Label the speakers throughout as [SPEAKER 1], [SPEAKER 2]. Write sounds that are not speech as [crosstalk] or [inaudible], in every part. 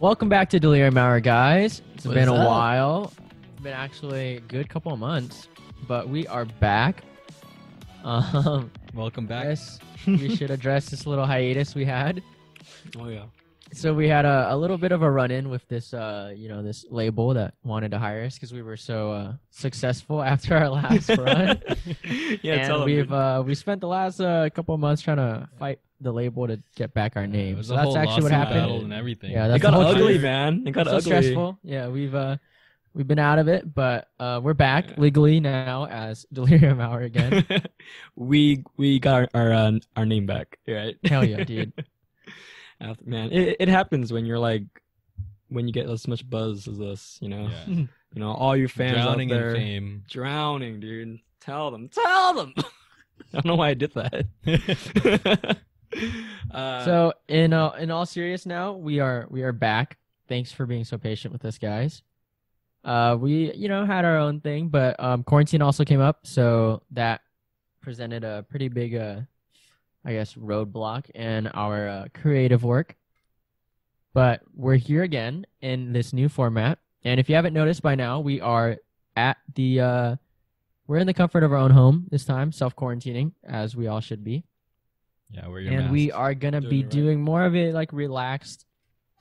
[SPEAKER 1] Welcome back to Delirium Hour, guys. It's
[SPEAKER 2] What's
[SPEAKER 1] been a
[SPEAKER 2] up?
[SPEAKER 1] while. It's been actually a good couple of months, but we are back. Um,
[SPEAKER 2] Welcome
[SPEAKER 1] I
[SPEAKER 2] [laughs] back.
[SPEAKER 1] guess we should address this little hiatus we had.
[SPEAKER 2] Oh yeah.
[SPEAKER 1] So we had a, a little bit of a run-in with this, uh, you know, this label that wanted to hire us because we were so uh, successful [laughs] after our
[SPEAKER 2] [laughs]
[SPEAKER 3] [laughs]
[SPEAKER 1] last run.
[SPEAKER 2] yeah,
[SPEAKER 1] and we've uh, we spent the last uh, couple of months trying to fight the label to get back our
[SPEAKER 2] It
[SPEAKER 1] name.
[SPEAKER 2] was
[SPEAKER 1] So
[SPEAKER 2] a
[SPEAKER 1] that's
[SPEAKER 2] whole
[SPEAKER 1] actually what
[SPEAKER 2] lawsuit
[SPEAKER 1] happened.
[SPEAKER 2] Battle and everything.
[SPEAKER 1] Yeah,
[SPEAKER 3] It
[SPEAKER 1] that's
[SPEAKER 3] got
[SPEAKER 1] the whole
[SPEAKER 3] ugly,
[SPEAKER 1] truth.
[SPEAKER 3] man. It got
[SPEAKER 1] so
[SPEAKER 3] ugly.
[SPEAKER 1] stressful. Yeah, we've uh, we've been out of it, but uh, we're back
[SPEAKER 3] Yeah.
[SPEAKER 1] legally now as [laughs] Delirium Hour again.
[SPEAKER 3] [laughs] we we got our our, uh, our name back. Right?
[SPEAKER 1] Hell yeah,
[SPEAKER 3] [laughs]
[SPEAKER 1] dude.
[SPEAKER 3] After- man, it, it happens when you're like when you get as much buzz as us. You know,
[SPEAKER 2] Yeah.
[SPEAKER 3] you know, all your fans
[SPEAKER 2] Drowning
[SPEAKER 3] out there
[SPEAKER 2] in fame.
[SPEAKER 3] drowning, dude. Tell them, tell them. [laughs] I don't know why I did
[SPEAKER 2] [laughs]
[SPEAKER 3] that. [laughs] uh,
[SPEAKER 1] so in uh, in all serious now, we are we are back. Thanks for being so patient with us, guys. Uh, we you know had our own thing, but um, quarantine also came up, so that presented a pretty big uh, I guess roadblock in our uh, creative work. But we're here again in this new format, and if you haven't noticed by now, we are at the uh, we're in the comfort of our own home this time, self quarantining as we all should be
[SPEAKER 2] Yeah, wear your
[SPEAKER 1] and
[SPEAKER 2] mask.
[SPEAKER 1] we are gonna
[SPEAKER 3] Doing
[SPEAKER 1] be
[SPEAKER 3] it right.
[SPEAKER 1] doing more of a like relaxed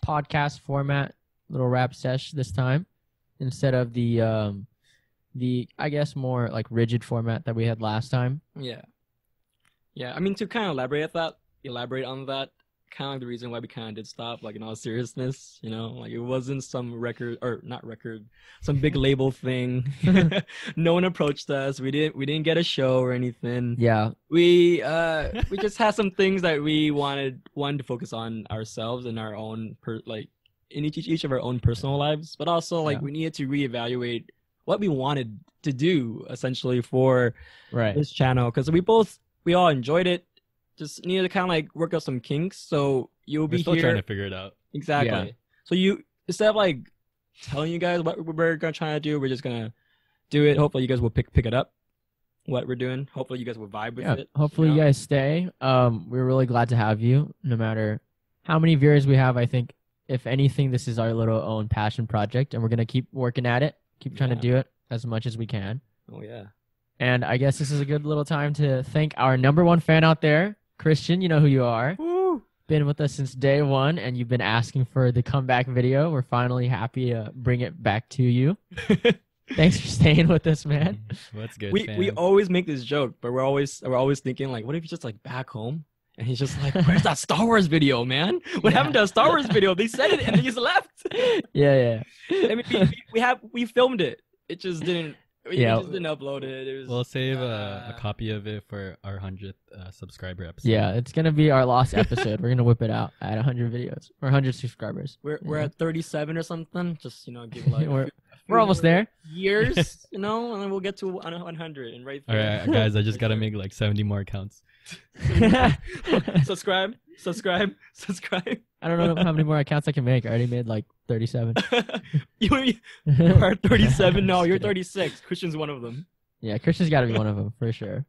[SPEAKER 1] podcast format little rap sesh this time instead of the um the i guess more like rigid format that we had last time
[SPEAKER 3] Yeah. Yeah, I mean to kind of elaborate at that, elaborate on that, kind of like the reason why we kind of did stop, like in all seriousness, you know, like it wasn't some record or not record, some
[SPEAKER 1] [laughs]
[SPEAKER 3] big label thing. [laughs] no one approached us. We didn't we didn't get a show or anything.
[SPEAKER 1] yeah
[SPEAKER 3] We uh we just had some things that we wanted wanted to focus on ourselves and our own per like in each each of our own personal lives, but also like
[SPEAKER 1] Yeah.
[SPEAKER 3] we needed to reevaluate what we wanted to do essentially for
[SPEAKER 1] right
[SPEAKER 3] this channel because we both we all enjoyed it. Just needed to kind of like work out some kinks. So you'll
[SPEAKER 2] We're
[SPEAKER 3] be
[SPEAKER 2] still
[SPEAKER 3] here
[SPEAKER 2] trying to figure it out.
[SPEAKER 1] [laughs]
[SPEAKER 3] exactly.
[SPEAKER 1] Yeah.
[SPEAKER 3] So you instead of like telling you guys what we're gonna try to do, we're just gonna do it. Hopefully you guys will pick pick it up what we're doing. Hopefully you guys will vibe with
[SPEAKER 1] yeah
[SPEAKER 3] it.
[SPEAKER 1] hopefully
[SPEAKER 3] you
[SPEAKER 1] you,
[SPEAKER 3] know?
[SPEAKER 1] guys stay um we're really glad to have you no matter how many viewers we have i think if anything this is our little own passion project and we're gonna keep working at it keep trying to
[SPEAKER 3] Yeah.
[SPEAKER 1] do it as much as we can
[SPEAKER 3] Oh yeah.
[SPEAKER 1] And I guess this is a good little time to thank our number one fan out there, Christian. You know who you are.
[SPEAKER 3] Woo!
[SPEAKER 1] Been with us since day one, and you've been asking for the comeback video. We're finally happy to bring it back to you.
[SPEAKER 3] [laughs]
[SPEAKER 1] Thanks for staying with us, man.
[SPEAKER 2] What's good,
[SPEAKER 3] we
[SPEAKER 2] fam?
[SPEAKER 3] we always make this joke, but we're always we're always thinking like, what if he's just like back home? And he's just like, "Where's that Star Wars video, man? [laughs] What
[SPEAKER 1] Yeah.
[SPEAKER 3] happened to a Star Wars video? They said it and they just left."
[SPEAKER 1] Yeah,
[SPEAKER 3] I mean, we, we- we have we filmed it. It just didn't. We,
[SPEAKER 1] Yeah.
[SPEAKER 3] yeah. just didn't upload it. It was.
[SPEAKER 2] We'll save a,
[SPEAKER 3] Uh,
[SPEAKER 2] a copy of it for our hundredth uh, subscriber episode.
[SPEAKER 1] yeah. It's gonna be our last episode. We're gonna whip it out at 100 videos or 100 subscribers.
[SPEAKER 3] we're we're
[SPEAKER 1] yeah.
[SPEAKER 3] at 37 or something. Just you know, give like a
[SPEAKER 1] We're-
[SPEAKER 3] few- a
[SPEAKER 1] We're
[SPEAKER 3] few
[SPEAKER 1] almost there. [laughs]
[SPEAKER 3] Years, you know, and then we'll get to 100 and right
[SPEAKER 2] All
[SPEAKER 3] there.
[SPEAKER 2] right, guys. [laughs] I just gotta make like seventy more accounts.
[SPEAKER 3] [laughs] subscribe, subscribe, [laughs] subscribe.
[SPEAKER 1] I don't know how many more accounts I can make. I already made like
[SPEAKER 3] [laughs]
[SPEAKER 1] 37.
[SPEAKER 3] you you are 37 now. You're 36. Christian's one of them.
[SPEAKER 1] [laughs] yeah, Christian's got to be one of them for sure.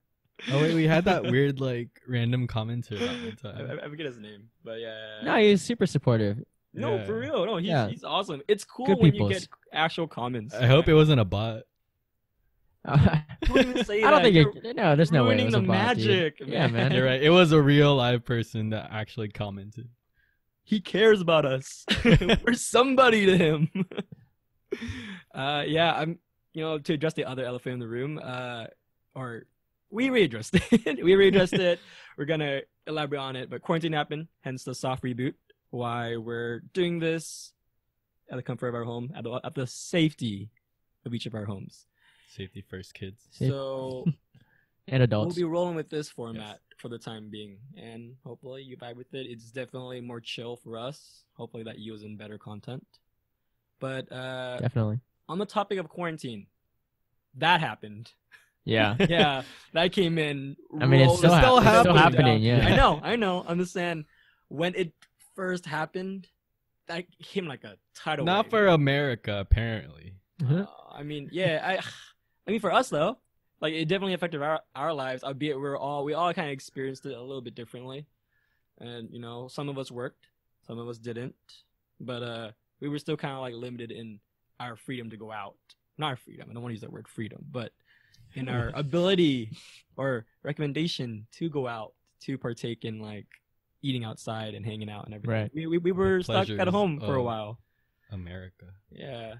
[SPEAKER 2] Oh wait, we had
[SPEAKER 3] [laughs]
[SPEAKER 2] that [laughs] weird like random commenter that one
[SPEAKER 3] I,
[SPEAKER 2] time.
[SPEAKER 3] I- I forget his name, but yeah.
[SPEAKER 1] No, he's super supportive. [laughs]
[SPEAKER 3] No,
[SPEAKER 2] Yeah.
[SPEAKER 3] for real. No, he's,
[SPEAKER 1] Yeah.
[SPEAKER 3] he's awesome. It's cool
[SPEAKER 1] Good
[SPEAKER 3] when you
[SPEAKER 1] peoples.
[SPEAKER 3] get actual
[SPEAKER 2] [laughs]
[SPEAKER 3] comments.
[SPEAKER 2] I hope it wasn't a bot.
[SPEAKER 3] Don't even
[SPEAKER 1] [laughs]
[SPEAKER 3] say
[SPEAKER 1] I don't
[SPEAKER 3] that.
[SPEAKER 1] think
[SPEAKER 3] You're-
[SPEAKER 1] it. No, there's no way. It
[SPEAKER 3] ruining
[SPEAKER 1] was
[SPEAKER 3] the
[SPEAKER 1] a bot, dude.
[SPEAKER 3] magic,
[SPEAKER 1] Yeah, man.
[SPEAKER 3] man.
[SPEAKER 2] You're right. It was a real live person that actually commented.
[SPEAKER 3] he cares about us. We're somebody to him. [laughs] uh, yeah, I'm. You know, to address the other elephant in the room, uh, or we readdressed [laughs] it. we readdressed it. We're gonna elaborate on it, but quarantine happened, hence the soft reboot. Why we're doing this at the comfort of our home, at the, at the safety of each of our homes.
[SPEAKER 2] Safety first, kids.
[SPEAKER 1] Safe-
[SPEAKER 3] So
[SPEAKER 1] And adults.
[SPEAKER 3] We'll be rolling with this format for the time being, and hopefully you vibe with it. It's definitely more chill for us. Hopefully that yields in better content. But uh,
[SPEAKER 1] Definitely.
[SPEAKER 3] on the topic of quarantine,
[SPEAKER 1] [laughs]
[SPEAKER 3] that happened.
[SPEAKER 1] Yeah.
[SPEAKER 3] [laughs] Yeah, that came in.
[SPEAKER 1] I mean, it's
[SPEAKER 3] rolled-
[SPEAKER 1] still,
[SPEAKER 2] still
[SPEAKER 1] hap- it's still
[SPEAKER 2] happening.
[SPEAKER 1] happening. Yeah.
[SPEAKER 3] I know, I know. Understand when it first happened, that came like a tidal.
[SPEAKER 2] Not
[SPEAKER 3] wave.
[SPEAKER 2] for America, apparently.
[SPEAKER 1] Mhm.
[SPEAKER 3] Uh, I mean, yeah, I, [sighs] I mean, for us though, like it definitely affected our our lives. Albeit we're all we all kind of experienced it a little bit differently, and you know, some of us worked, some of us didn't. but uh, we were still kind of like limited in our freedom to go out. Not our freedom. I don't want to use that word freedom, but
[SPEAKER 1] [laughs]
[SPEAKER 3] in our ability or recommendation to go out to partake in like eating outside and hanging out and everything.
[SPEAKER 1] Right.
[SPEAKER 3] We, we, we were stuck at
[SPEAKER 2] pleasures
[SPEAKER 3] home for a
[SPEAKER 2] of-
[SPEAKER 3] while.
[SPEAKER 2] America.
[SPEAKER 3] Yeah.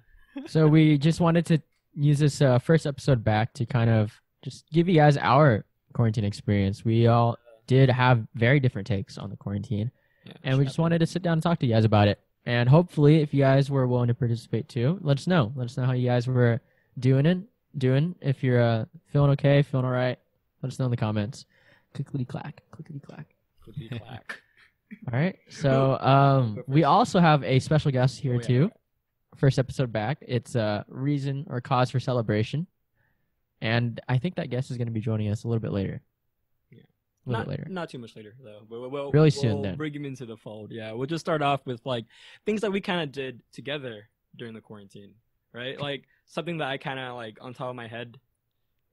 [SPEAKER 1] so we just wanted to use this uh, first episode back to kind of just give you guys our quarantine experience. We all did have very different takes on the quarantine,
[SPEAKER 3] yeah
[SPEAKER 1] and we just wanted to sit down and talk to you guys about it. And hopefully, if you guys were willing to participate too, let us know. Let us know how you guys were doing it. Doing if you're uh, feeling okay, feeling all right. Let us know in the comments. Clickety clack, clickety clack.
[SPEAKER 3] Clickety clack.
[SPEAKER 1] All right. So um,
[SPEAKER 3] Go
[SPEAKER 1] we
[SPEAKER 3] first.
[SPEAKER 1] also have a special guest here
[SPEAKER 3] Oh, yeah.
[SPEAKER 1] too. First episode back. It's a uh, reason or cause for celebration, and I think that guest is going to be joining us a little bit later.
[SPEAKER 3] Yeah.
[SPEAKER 1] A little
[SPEAKER 3] not,
[SPEAKER 1] bit later.
[SPEAKER 3] Not too much later though. But we'll, we'll-
[SPEAKER 1] Really soon,
[SPEAKER 3] we'll
[SPEAKER 1] then.
[SPEAKER 3] Bring him into the fold. Yeah, we'll just start off with like things that we kind of did together during the quarantine, right? Like something that I kind of like on top of my head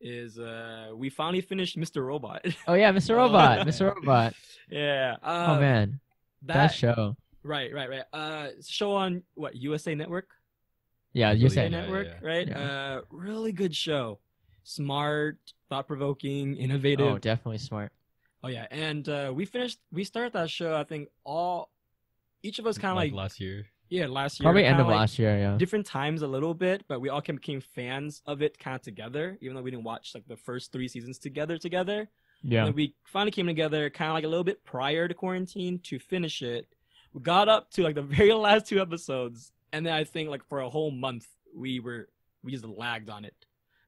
[SPEAKER 3] is uh we finally finished Mr. Robot. [laughs]
[SPEAKER 1] Oh yeah, Mr.
[SPEAKER 3] Oh,
[SPEAKER 1] Robot.
[SPEAKER 3] [laughs] man.
[SPEAKER 1] Mr. Robot.
[SPEAKER 3] yeah. Uh,
[SPEAKER 1] oh man,
[SPEAKER 3] that,
[SPEAKER 1] that, show.
[SPEAKER 3] right, right, right. Uh, show on what USA Network.
[SPEAKER 1] Yeah,
[SPEAKER 3] Oh,
[SPEAKER 1] you
[SPEAKER 2] Yeah,
[SPEAKER 1] said.
[SPEAKER 2] yeah,
[SPEAKER 3] Network,
[SPEAKER 2] yeah.
[SPEAKER 3] right? Uh, really good show. Smart, thought provoking, innovative.
[SPEAKER 1] Oh, definitely smart.
[SPEAKER 3] Oh yeah, and uh, we finished. We started that show. I think all, each of us kind of like,
[SPEAKER 2] last year.
[SPEAKER 3] yeah, last year.
[SPEAKER 1] Probably end
[SPEAKER 3] kinda
[SPEAKER 1] of
[SPEAKER 3] like
[SPEAKER 1] last year. Yeah.
[SPEAKER 3] Different times a little bit, but we all came- became fans of it kind of together. Even though we didn't watch like the first three seasons together together,
[SPEAKER 1] Yeah.
[SPEAKER 3] and we finally came together kind of like a little bit prior to quarantine to finish it. We got up to like the very [laughs] last two episodes, and then I think like for a whole month we were we just lagged on it.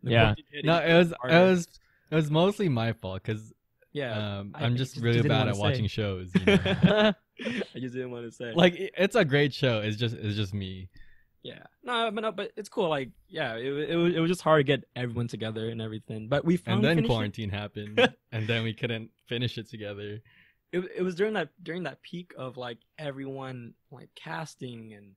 [SPEAKER 3] The
[SPEAKER 1] Yeah.
[SPEAKER 3] quarantine hit,
[SPEAKER 2] No,
[SPEAKER 3] hit
[SPEAKER 2] it was it
[SPEAKER 3] harder.
[SPEAKER 2] was it was mostly my fault because
[SPEAKER 3] yeah.
[SPEAKER 2] um,
[SPEAKER 3] I- I
[SPEAKER 2] I'm just,
[SPEAKER 3] just
[SPEAKER 2] really
[SPEAKER 3] didn't
[SPEAKER 2] bad
[SPEAKER 3] wanna
[SPEAKER 2] at
[SPEAKER 3] say.
[SPEAKER 2] watching shows. You know?
[SPEAKER 3] [laughs] I just didn't want to say
[SPEAKER 2] uh, like it- it's a great show. It's just it's just me.
[SPEAKER 3] Yeah. No, but no, but it's cool. Like, yeah, it, wa- it was it was just hard to get everyone together and everything. But we
[SPEAKER 2] And
[SPEAKER 3] finally
[SPEAKER 2] then
[SPEAKER 3] finished it.
[SPEAKER 2] quarantine happened,
[SPEAKER 3] [laughs]
[SPEAKER 2] and then we couldn't finish it together.
[SPEAKER 3] It, it was during that during that peak of like everyone like casting and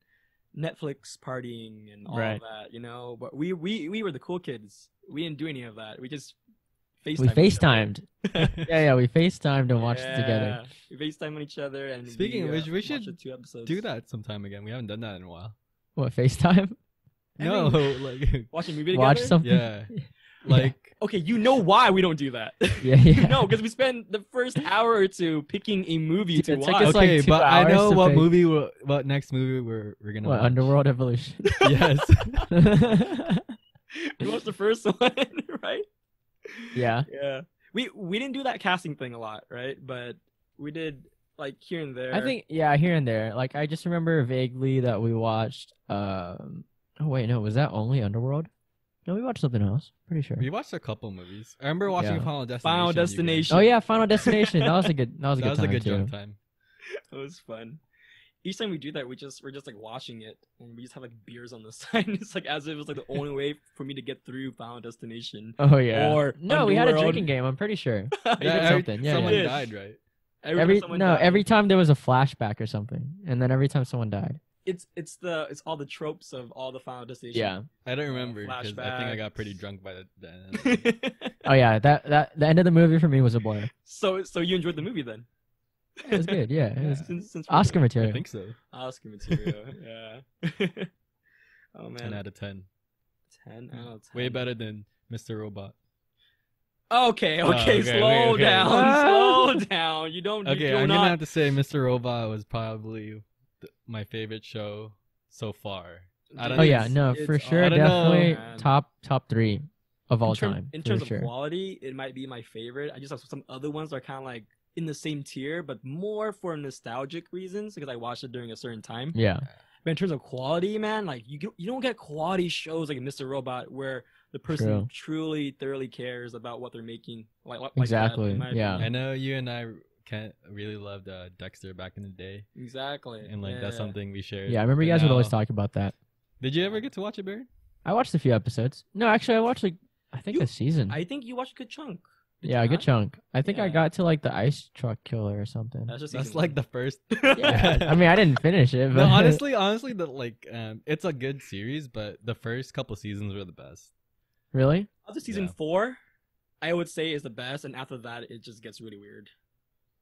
[SPEAKER 3] Netflix partying and all
[SPEAKER 1] Right.
[SPEAKER 3] of that, you know. But we we we were the cool kids. We didn't do any of that. We just FaceTimed.
[SPEAKER 1] We FaceTimed.
[SPEAKER 3] [laughs]
[SPEAKER 1] Yeah, yeah. We FaceTimed and watched
[SPEAKER 3] yeah.
[SPEAKER 1] it together.
[SPEAKER 3] We FaceTime on each other and
[SPEAKER 2] Speaking of
[SPEAKER 3] we, uh,
[SPEAKER 2] which, we
[SPEAKER 3] watched
[SPEAKER 2] should
[SPEAKER 3] the two episodes.
[SPEAKER 2] Do that sometime again. We haven't done that in a while.
[SPEAKER 1] What FaceTime?
[SPEAKER 2] No, [laughs]
[SPEAKER 3] Every- [laughs]
[SPEAKER 2] like
[SPEAKER 3] Watch a movie together.
[SPEAKER 1] Watch something.
[SPEAKER 2] yeah,
[SPEAKER 1] Yeah.
[SPEAKER 3] [laughs]
[SPEAKER 2] like
[SPEAKER 3] okay, you know why we don't do that. [laughs]
[SPEAKER 1] [laughs] Yeah, yeah.
[SPEAKER 3] no, because we spend the first hour or two picking a movie
[SPEAKER 1] Yeah,
[SPEAKER 3] to
[SPEAKER 1] it took
[SPEAKER 3] watch.
[SPEAKER 1] us, like,
[SPEAKER 2] okay,
[SPEAKER 1] two
[SPEAKER 2] but I
[SPEAKER 1] hours
[SPEAKER 2] know
[SPEAKER 1] to
[SPEAKER 2] what
[SPEAKER 1] pick.
[SPEAKER 2] movie, we're, what next movie we're we're gonna
[SPEAKER 1] What
[SPEAKER 2] watch.
[SPEAKER 1] Underworld Evolution?
[SPEAKER 2] [laughs] Yes,
[SPEAKER 3] [laughs] we watched the first one, right?
[SPEAKER 1] [laughs] yeah.
[SPEAKER 3] Yeah. We we didn't do that casting thing a lot, right? But we did like here and there.
[SPEAKER 1] I think yeah, here and there. Like I just remember vaguely that we watched. Um, oh wait, no, was that only Underworld? No, we watched something else. Pretty sure.
[SPEAKER 2] we watched a couple movies. I remember watching
[SPEAKER 1] Yeah.
[SPEAKER 2] Final Destination.
[SPEAKER 3] Final
[SPEAKER 2] you guys.
[SPEAKER 3] Destination.
[SPEAKER 1] Oh yeah, Final Destination. That was a good. That was a
[SPEAKER 2] [laughs] that
[SPEAKER 1] good
[SPEAKER 2] was
[SPEAKER 1] time
[SPEAKER 2] a good
[SPEAKER 1] too.
[SPEAKER 2] jump time.
[SPEAKER 3] it was fun. Each time we do that, we just we're just like watching it, and we just have like beers on the [laughs] side. it's like as if it's like the only way for me to get through Final Destination. [laughs]
[SPEAKER 1] Oh yeah.
[SPEAKER 3] Or
[SPEAKER 1] no, we had a
[SPEAKER 3] Underworld.
[SPEAKER 1] drinking game. I'm pretty sure.
[SPEAKER 3] Every
[SPEAKER 1] did
[SPEAKER 2] every-
[SPEAKER 1] something, yeah,
[SPEAKER 2] someone
[SPEAKER 3] yeah.
[SPEAKER 2] died, right?
[SPEAKER 3] time
[SPEAKER 1] Every
[SPEAKER 3] someone
[SPEAKER 1] no,
[SPEAKER 3] dies,
[SPEAKER 1] every time there was a flashback or something, and then every time someone died.
[SPEAKER 3] it's it's the it's all the tropes of all the Final Destination.
[SPEAKER 1] Yeah.
[SPEAKER 2] I don't remember because I think I got pretty
[SPEAKER 3] Uh, flashbacks.
[SPEAKER 2] drunk by the
[SPEAKER 3] [laughs]
[SPEAKER 2] then.
[SPEAKER 1] Oh yeah. That that the end of the movie for me was a blur.
[SPEAKER 3] so so you enjoyed the movie then?
[SPEAKER 1] It was good. Yeah. It was
[SPEAKER 2] [laughs] Yeah.
[SPEAKER 3] [laughs] Since- since we're
[SPEAKER 1] Oscar
[SPEAKER 3] doing
[SPEAKER 2] I
[SPEAKER 1] material.
[SPEAKER 2] think so.
[SPEAKER 3] Oscar material, yeah. [laughs] oh man,
[SPEAKER 2] Ten out of ten.
[SPEAKER 3] ten out of ten.
[SPEAKER 2] Way better than Mr. Robot.
[SPEAKER 3] Okay, okay,
[SPEAKER 2] Oh, okay,
[SPEAKER 3] slow
[SPEAKER 2] okay, okay.
[SPEAKER 3] down,
[SPEAKER 1] [laughs] Ah.
[SPEAKER 3] slow down. You don't.
[SPEAKER 2] Okay,
[SPEAKER 3] you do
[SPEAKER 2] I'm
[SPEAKER 3] not.
[SPEAKER 2] gonna have to say Mr. Robot was probably th- my favorite show so far. I don't
[SPEAKER 1] Oh
[SPEAKER 2] It
[SPEAKER 1] yeah.
[SPEAKER 3] It's-
[SPEAKER 1] No,
[SPEAKER 3] it's
[SPEAKER 1] for
[SPEAKER 3] all-
[SPEAKER 1] sure.
[SPEAKER 2] I don't know,
[SPEAKER 1] Definitely
[SPEAKER 3] man.
[SPEAKER 1] top top three of all
[SPEAKER 3] in term-
[SPEAKER 1] time.
[SPEAKER 3] In
[SPEAKER 1] for
[SPEAKER 3] terms
[SPEAKER 1] sure.
[SPEAKER 3] of quality, it might be my favorite. I just have some other ones that are kind of like in the same tier, but more for nostalgic reasons because I watched it during a certain time.
[SPEAKER 1] Yeah.
[SPEAKER 3] But in terms of quality, man, like you don't- you don't get quality shows like Mr. Robot where the person
[SPEAKER 1] True.
[SPEAKER 3] truly thoroughly cares about what they're making. Like, like that,
[SPEAKER 1] Exactly,
[SPEAKER 3] in my
[SPEAKER 1] yeah.
[SPEAKER 2] I
[SPEAKER 3] opinion.
[SPEAKER 2] know you and I can really loved uh, Dexter back in the day,
[SPEAKER 3] Exactly.
[SPEAKER 2] and like that's
[SPEAKER 3] Yeah.
[SPEAKER 2] something we shared.
[SPEAKER 1] Yeah. I remember you
[SPEAKER 2] But
[SPEAKER 1] guys would always
[SPEAKER 2] now-
[SPEAKER 1] talk about that.
[SPEAKER 2] Did you ever get to watch it, Barry?
[SPEAKER 1] I watched a few episodes. No, actually, I watched like I think
[SPEAKER 3] You-
[SPEAKER 1] a season.
[SPEAKER 3] I think you watched a good chunk. did
[SPEAKER 1] yeah,
[SPEAKER 3] you
[SPEAKER 1] a good
[SPEAKER 3] not?
[SPEAKER 1] chunk. I think I
[SPEAKER 3] Yeah.
[SPEAKER 1] got to like the ice truck killer or something.
[SPEAKER 3] That's just
[SPEAKER 2] That's
[SPEAKER 3] season
[SPEAKER 2] like
[SPEAKER 3] one.
[SPEAKER 2] the first.
[SPEAKER 3] [laughs]
[SPEAKER 1] yeah, [laughs] I mean, I didn't finish it,
[SPEAKER 2] [laughs] No,
[SPEAKER 1] but
[SPEAKER 2] honestly, honestly, the like, um, it's a good series, but the first couple seasons were the best.
[SPEAKER 1] [laughs] really,
[SPEAKER 3] After season
[SPEAKER 2] Yeah.
[SPEAKER 3] four, I would say is the best, and after that, it just gets really weird.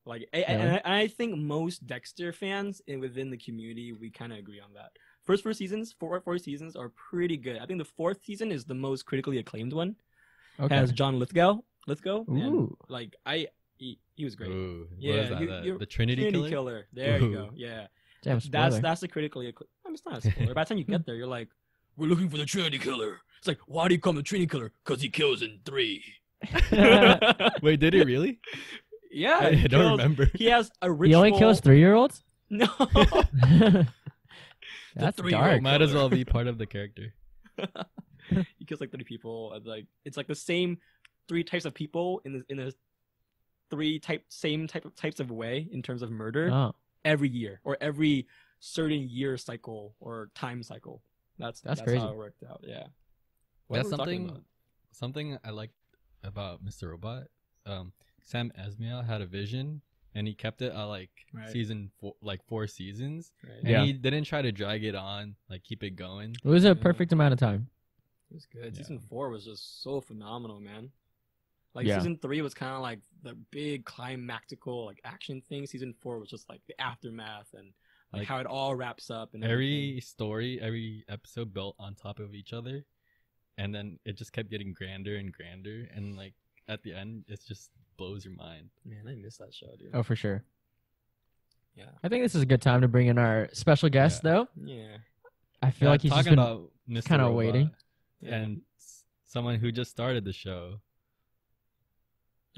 [SPEAKER 3] Like, I, I-
[SPEAKER 1] Really?
[SPEAKER 3] and I, I think most Dexter fans in, within the community, we kind of agree on that. First four seasons, four four seasons are pretty good. I think the fourth season is the most critically acclaimed one.
[SPEAKER 1] Okay.
[SPEAKER 3] Has John Lithgow, Lithgow, and,
[SPEAKER 1] Ooh.
[SPEAKER 3] like I, he, he was great.
[SPEAKER 2] Ooh, what
[SPEAKER 3] Yeah,
[SPEAKER 2] is that?
[SPEAKER 3] you-
[SPEAKER 2] that-
[SPEAKER 3] you're-
[SPEAKER 2] the Trinity,
[SPEAKER 3] Trinity
[SPEAKER 2] Killer?
[SPEAKER 3] There
[SPEAKER 2] Ooh.
[SPEAKER 3] you go. Yeah,
[SPEAKER 1] Damn,
[SPEAKER 3] that's
[SPEAKER 1] spoiler.
[SPEAKER 3] that's the critically. Accla- I mean, it's not a spoiler. By the time
[SPEAKER 1] [laughs]
[SPEAKER 3] you get there, you're like, we're looking for the Trinity Killer. It's like, why do you call him the Trinity Killer? Because he kills in
[SPEAKER 1] [laughs]
[SPEAKER 3] three. [laughs]
[SPEAKER 2] Wait, did he really?
[SPEAKER 3] yeah,
[SPEAKER 2] I
[SPEAKER 3] he
[SPEAKER 2] don't
[SPEAKER 3] kills-
[SPEAKER 2] remember.
[SPEAKER 3] He has a ritual.
[SPEAKER 1] he only kills three year [laughs] olds?
[SPEAKER 3] [laughs] No.
[SPEAKER 1] that's dark.
[SPEAKER 2] [laughs]
[SPEAKER 3] three-year-old.
[SPEAKER 2] Might as well be part of the character.
[SPEAKER 3] he kills like three people. And, like it's like the same three types of people in the, in a three type same type of types of way in terms of murder
[SPEAKER 1] Oh,
[SPEAKER 3] every year or every certain year cycle or time cycle. That's
[SPEAKER 1] That's
[SPEAKER 3] that's,
[SPEAKER 1] crazy.
[SPEAKER 3] how it worked out. Yeah.
[SPEAKER 2] That's
[SPEAKER 3] were we talking
[SPEAKER 2] something
[SPEAKER 3] about?
[SPEAKER 2] something I liked about Mr. Robot. Um, Sam Esmail had a vision, and he kept it at like
[SPEAKER 3] Right.
[SPEAKER 2] season four, like four seasons,
[SPEAKER 3] Right.
[SPEAKER 2] and
[SPEAKER 1] Yeah.
[SPEAKER 2] he didn't try to drag it on, like keep it going.
[SPEAKER 1] it was a
[SPEAKER 3] Yeah.
[SPEAKER 1] perfect amount of time.
[SPEAKER 3] It was good.
[SPEAKER 2] Yeah.
[SPEAKER 3] Season four was just so phenomenal, man. Like
[SPEAKER 1] Yeah.
[SPEAKER 3] season three was kind of like the big climactical like action thing. Season four was just like the aftermath and like,
[SPEAKER 2] Like,
[SPEAKER 3] how it all wraps up and
[SPEAKER 2] Every
[SPEAKER 3] everything.
[SPEAKER 2] story, every episode built on top of each other, and then it just kept getting grander and grander, and like at the end, it just blows your mind.
[SPEAKER 3] man, I miss that show, dude.
[SPEAKER 1] Oh, for sure.
[SPEAKER 3] Yeah.
[SPEAKER 1] I think this is a good time to bring in our special guest, though.
[SPEAKER 3] Yeah.
[SPEAKER 1] I feel
[SPEAKER 2] Yeah,
[SPEAKER 1] like he's just been
[SPEAKER 2] talking about Mr.
[SPEAKER 1] kinda
[SPEAKER 2] Robot
[SPEAKER 1] waiting.
[SPEAKER 3] Yeah.
[SPEAKER 2] and s- someone who just started the show.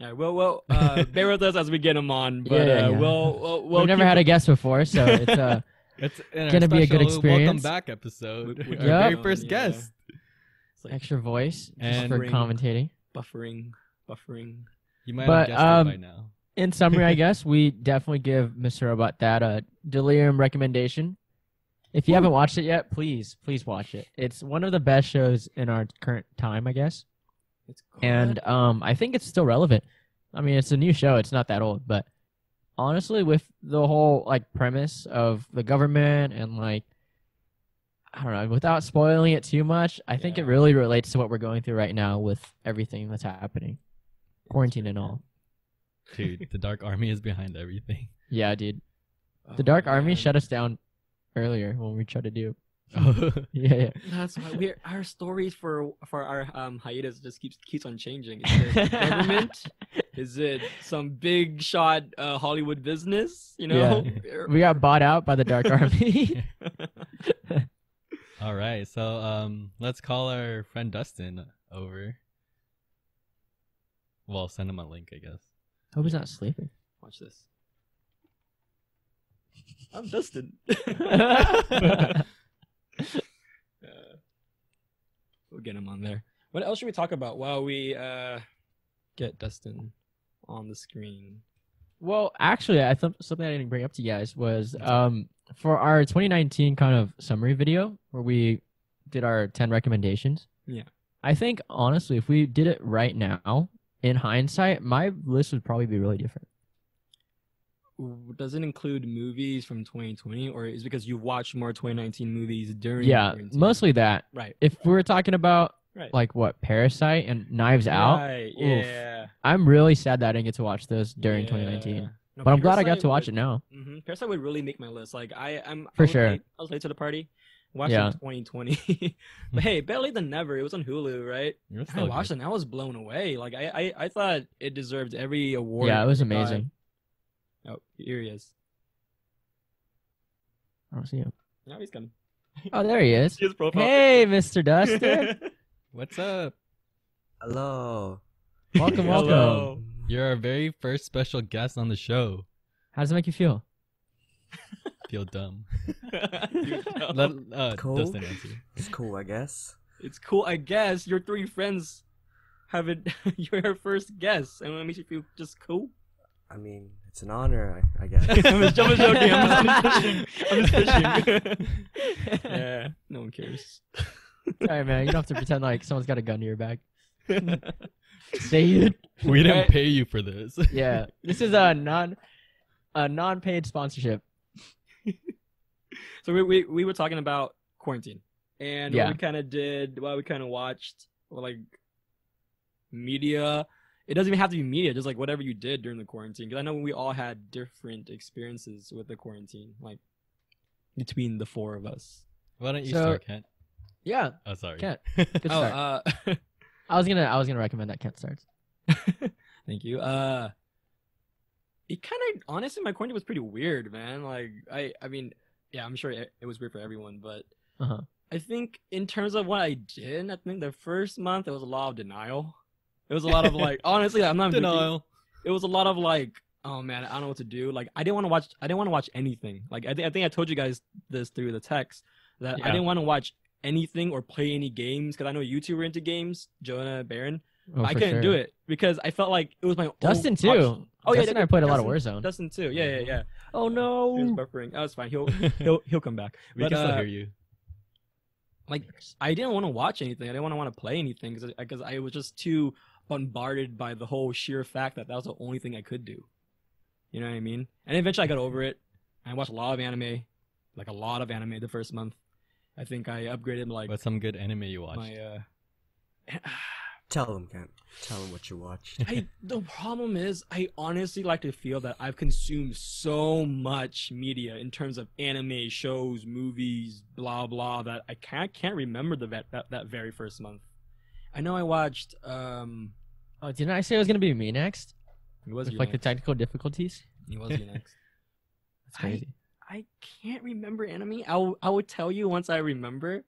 [SPEAKER 3] All right. Well, well,
[SPEAKER 1] [laughs]
[SPEAKER 3] uh, bear with us as we get him on, but
[SPEAKER 1] Yeah, yeah,
[SPEAKER 3] uh,
[SPEAKER 1] yeah.
[SPEAKER 3] we'll, we'll, we'll
[SPEAKER 1] we've never
[SPEAKER 3] keep [laughs]
[SPEAKER 1] had a guest before, so it's
[SPEAKER 2] [laughs]
[SPEAKER 1] uh
[SPEAKER 2] It's in our
[SPEAKER 1] Gonna be a good
[SPEAKER 2] special Welcome
[SPEAKER 1] experience.
[SPEAKER 2] back episode.
[SPEAKER 3] We-
[SPEAKER 1] [laughs]
[SPEAKER 3] we
[SPEAKER 2] our
[SPEAKER 1] Yeah.
[SPEAKER 2] very first
[SPEAKER 3] Yeah.
[SPEAKER 2] guest.
[SPEAKER 3] it's like
[SPEAKER 1] extra voice just
[SPEAKER 2] And-
[SPEAKER 1] for
[SPEAKER 2] [laughs]
[SPEAKER 3] Ring.
[SPEAKER 1] commentating.
[SPEAKER 3] buffering, buffering.
[SPEAKER 2] You might
[SPEAKER 1] But,
[SPEAKER 2] have guessed
[SPEAKER 1] um,
[SPEAKER 2] it by now.
[SPEAKER 1] In summary, I guess we definitely give Mr. Robot that uh delirium recommendation. If you haven't watched it yet, please, please watch it. It's one of the best shows in our current time, I guess.
[SPEAKER 3] It's good.
[SPEAKER 1] [laughs] and um, I think it's still relevant. I mean, it's a new show; it's not that old, but honestly, with the whole like premise of the government and like I don't know, without spoiling it too much, I think it
[SPEAKER 3] Yeah.
[SPEAKER 1] really relates to what we're going through right now with everything that's happening, quarantine and all.
[SPEAKER 2] [laughs] Dude, the Dark Army is behind everything. [laughs]
[SPEAKER 1] Yeah, dude,
[SPEAKER 3] Oh,
[SPEAKER 1] the Dark Army
[SPEAKER 3] man.
[SPEAKER 1] shut us down earlier when we tried to do. [laughs]
[SPEAKER 2] Oh,
[SPEAKER 1] Yeah, yeah.
[SPEAKER 3] That's why we our stories for for our um hiatus just keeps keeps on changing.
[SPEAKER 1] [laughs]
[SPEAKER 3] Is it government? Is it some big shot uh, Hollywood business? You know,
[SPEAKER 1] we got bought out by the Dark [laughs] Army.
[SPEAKER 2] All right, so um, let's call our friend Dustin over. Well, send him a link, I guess.
[SPEAKER 1] Hope he's not sleeping.
[SPEAKER 3] [laughs]
[SPEAKER 1] [laughs]
[SPEAKER 3] watch this.
[SPEAKER 1] [laughs]
[SPEAKER 3] I'm Dustin. Uh, we'll get him on there. What else should we talk about while we uh, get Dustin on the screen?
[SPEAKER 1] Well, actually, I thought something I didn't bring up to you guys was
[SPEAKER 3] What's up?
[SPEAKER 1] um, for our 2019 kind of summary video where we did our 10 recommendations.
[SPEAKER 3] Yeah.
[SPEAKER 1] I think honestly, if we did it right now, in hindsight, my list would probably be really different.
[SPEAKER 3] W- Does it include movies from 2020, or is it because you watched more 2019 movies during?
[SPEAKER 1] yeah,
[SPEAKER 3] 2019?
[SPEAKER 1] mostly that.
[SPEAKER 3] Right.
[SPEAKER 1] If we were talking about
[SPEAKER 3] Right.
[SPEAKER 1] like what Parasite and Knives Out,
[SPEAKER 3] Right,
[SPEAKER 1] Oof.
[SPEAKER 3] yeah.
[SPEAKER 1] I'm really sad that I didn't get to watch those during
[SPEAKER 3] yeah.
[SPEAKER 1] 2019.
[SPEAKER 3] No,
[SPEAKER 1] But I'm glad I got
[SPEAKER 3] Parasite
[SPEAKER 1] to watch it
[SPEAKER 3] would-
[SPEAKER 1] now.
[SPEAKER 3] hmm Parasite would really make my list. Like I, I'm
[SPEAKER 1] For
[SPEAKER 3] I was
[SPEAKER 1] sure.
[SPEAKER 3] Late, I was late to the party. Watched
[SPEAKER 1] Yeah. Hmm.
[SPEAKER 3] it in 2020. [laughs] but hey, better late than never. It was on Hulu, right?
[SPEAKER 2] You're
[SPEAKER 3] I watched it and I was blown away. Like I, I, I thought it deserved every award.
[SPEAKER 1] yeah, it was
[SPEAKER 3] under God.
[SPEAKER 1] amazing.
[SPEAKER 3] Oh, here he is.
[SPEAKER 1] I don't see him.
[SPEAKER 3] Now he's coming.
[SPEAKER 1] Oh, there he
[SPEAKER 3] [laughs]
[SPEAKER 1] is.
[SPEAKER 3] See his profile.
[SPEAKER 1] Hey, Mr. Duster.
[SPEAKER 3] [laughs]
[SPEAKER 2] What's up?
[SPEAKER 4] Hello.
[SPEAKER 1] Welcome, welcome.
[SPEAKER 3] Hello.
[SPEAKER 2] You're our very first special guest on the show.
[SPEAKER 1] How does it make you feel?
[SPEAKER 2] Feel [laughs] dumb.
[SPEAKER 3] [laughs] You know.
[SPEAKER 2] Let, uh,
[SPEAKER 4] Cool.
[SPEAKER 2] Dustin answer. [laughs]
[SPEAKER 4] It's cool, I guess.
[SPEAKER 3] it's cool, I guess. Your three friends have it. [laughs] You're our first guest, and it makes you feel just cool.
[SPEAKER 4] I mean, it's an honor, I, I
[SPEAKER 2] [laughs]
[SPEAKER 4] guess.
[SPEAKER 3] I'm just I'm
[SPEAKER 1] [laughs]
[SPEAKER 3] just joking. I'm just fishing. I'm just fishing.
[SPEAKER 1] [laughs]
[SPEAKER 3] yeah, [laughs] no one cares.
[SPEAKER 1] All right, man. You don't have to pretend like someone's got a gun to your back. Say you.
[SPEAKER 2] [laughs] We didn't
[SPEAKER 1] Right.
[SPEAKER 2] pay you for this.
[SPEAKER 1] [laughs] Yeah, this is a non, a non-paid sponsorship.
[SPEAKER 3] So we, we we were talking about quarantine, and
[SPEAKER 1] Yeah.
[SPEAKER 3] what we kind of did, what we kind of watched, or like media it doesn't even have to be media, just like whatever you did during the quarantine. Because I know we all had different experiences with the quarantine, like between the four of us.
[SPEAKER 2] [laughs] Why don't you
[SPEAKER 1] So-
[SPEAKER 2] start, Kent?
[SPEAKER 1] Yeah,
[SPEAKER 2] Oh, sorry. [laughs]
[SPEAKER 1] Kent. Good
[SPEAKER 3] Oh,
[SPEAKER 1] start.
[SPEAKER 3] uh, [laughs]
[SPEAKER 1] I was gonna I was gonna recommend that Kent starts.
[SPEAKER 3] [laughs] thank you. Uh, it kind of honestly, my quarantine was pretty weird, man. Like I, I mean, yeah, I'm sure it, it was weird for everyone, but
[SPEAKER 1] Uh-huh.
[SPEAKER 3] I think in terms of what I did, I think the first month it was a lot of denial. It was a
[SPEAKER 2] [laughs]
[SPEAKER 3] lot of like, honestly, I'm not joking.
[SPEAKER 2] Denial.
[SPEAKER 3] it was a lot of like oh man i don't know what to do like i didn't want to watch i didn't want to watch anything like I, thi- I think i told you guys this through the text that i
[SPEAKER 2] Yeah.
[SPEAKER 3] didn't want to watch anything or play any games because i know you two were into games jonah baron
[SPEAKER 1] Oh,
[SPEAKER 3] i
[SPEAKER 1] for
[SPEAKER 3] couldn't
[SPEAKER 1] sure.
[SPEAKER 3] do it because i felt like it was my own
[SPEAKER 1] Dustin too.
[SPEAKER 3] option. Oh,
[SPEAKER 1] Oh yeah,
[SPEAKER 3] yeah,
[SPEAKER 1] Dustin and I played a lot of
[SPEAKER 3] Dustin-
[SPEAKER 1] Warzone.
[SPEAKER 3] dustin too yeah yeah yeah
[SPEAKER 1] oh
[SPEAKER 3] he
[SPEAKER 1] [laughs]
[SPEAKER 3] was
[SPEAKER 1] no.
[SPEAKER 3] buffering oh it's fine
[SPEAKER 1] [laughs]
[SPEAKER 2] [laughs]
[SPEAKER 3] he'll he'll he'll come back
[SPEAKER 2] we
[SPEAKER 3] But,
[SPEAKER 2] can still
[SPEAKER 3] uh,
[SPEAKER 2] hear you.
[SPEAKER 3] like I didn't want to watch anything. I didn't want to want to play anything because I, 'cause I was just too bombarded by the whole sheer fact that that was the only thing I could do. You know what I mean? And eventually I got over it. I watched a lot of anime, like a lot of anime the first month. I think I upgraded like
[SPEAKER 2] What's some good anime you watched?
[SPEAKER 3] my. Uh...
[SPEAKER 4] Tell him, Kent. Tell him what you watched.
[SPEAKER 3] I the problem is I honestly like to feel that I've consumed so much media in terms of anime, shows, movies, blah blah that I can't can't remember the that that, that very first month. I know I watched um
[SPEAKER 1] Oh, didn't I say it was gonna be me next?
[SPEAKER 3] It was
[SPEAKER 1] With
[SPEAKER 3] you
[SPEAKER 1] like the
[SPEAKER 3] next.
[SPEAKER 1] technical difficulties.
[SPEAKER 3] It was you next.
[SPEAKER 1] That's
[SPEAKER 3] I-
[SPEAKER 1] crazy.
[SPEAKER 3] [laughs] I can't remember anime. I will, I will tell you once I remember.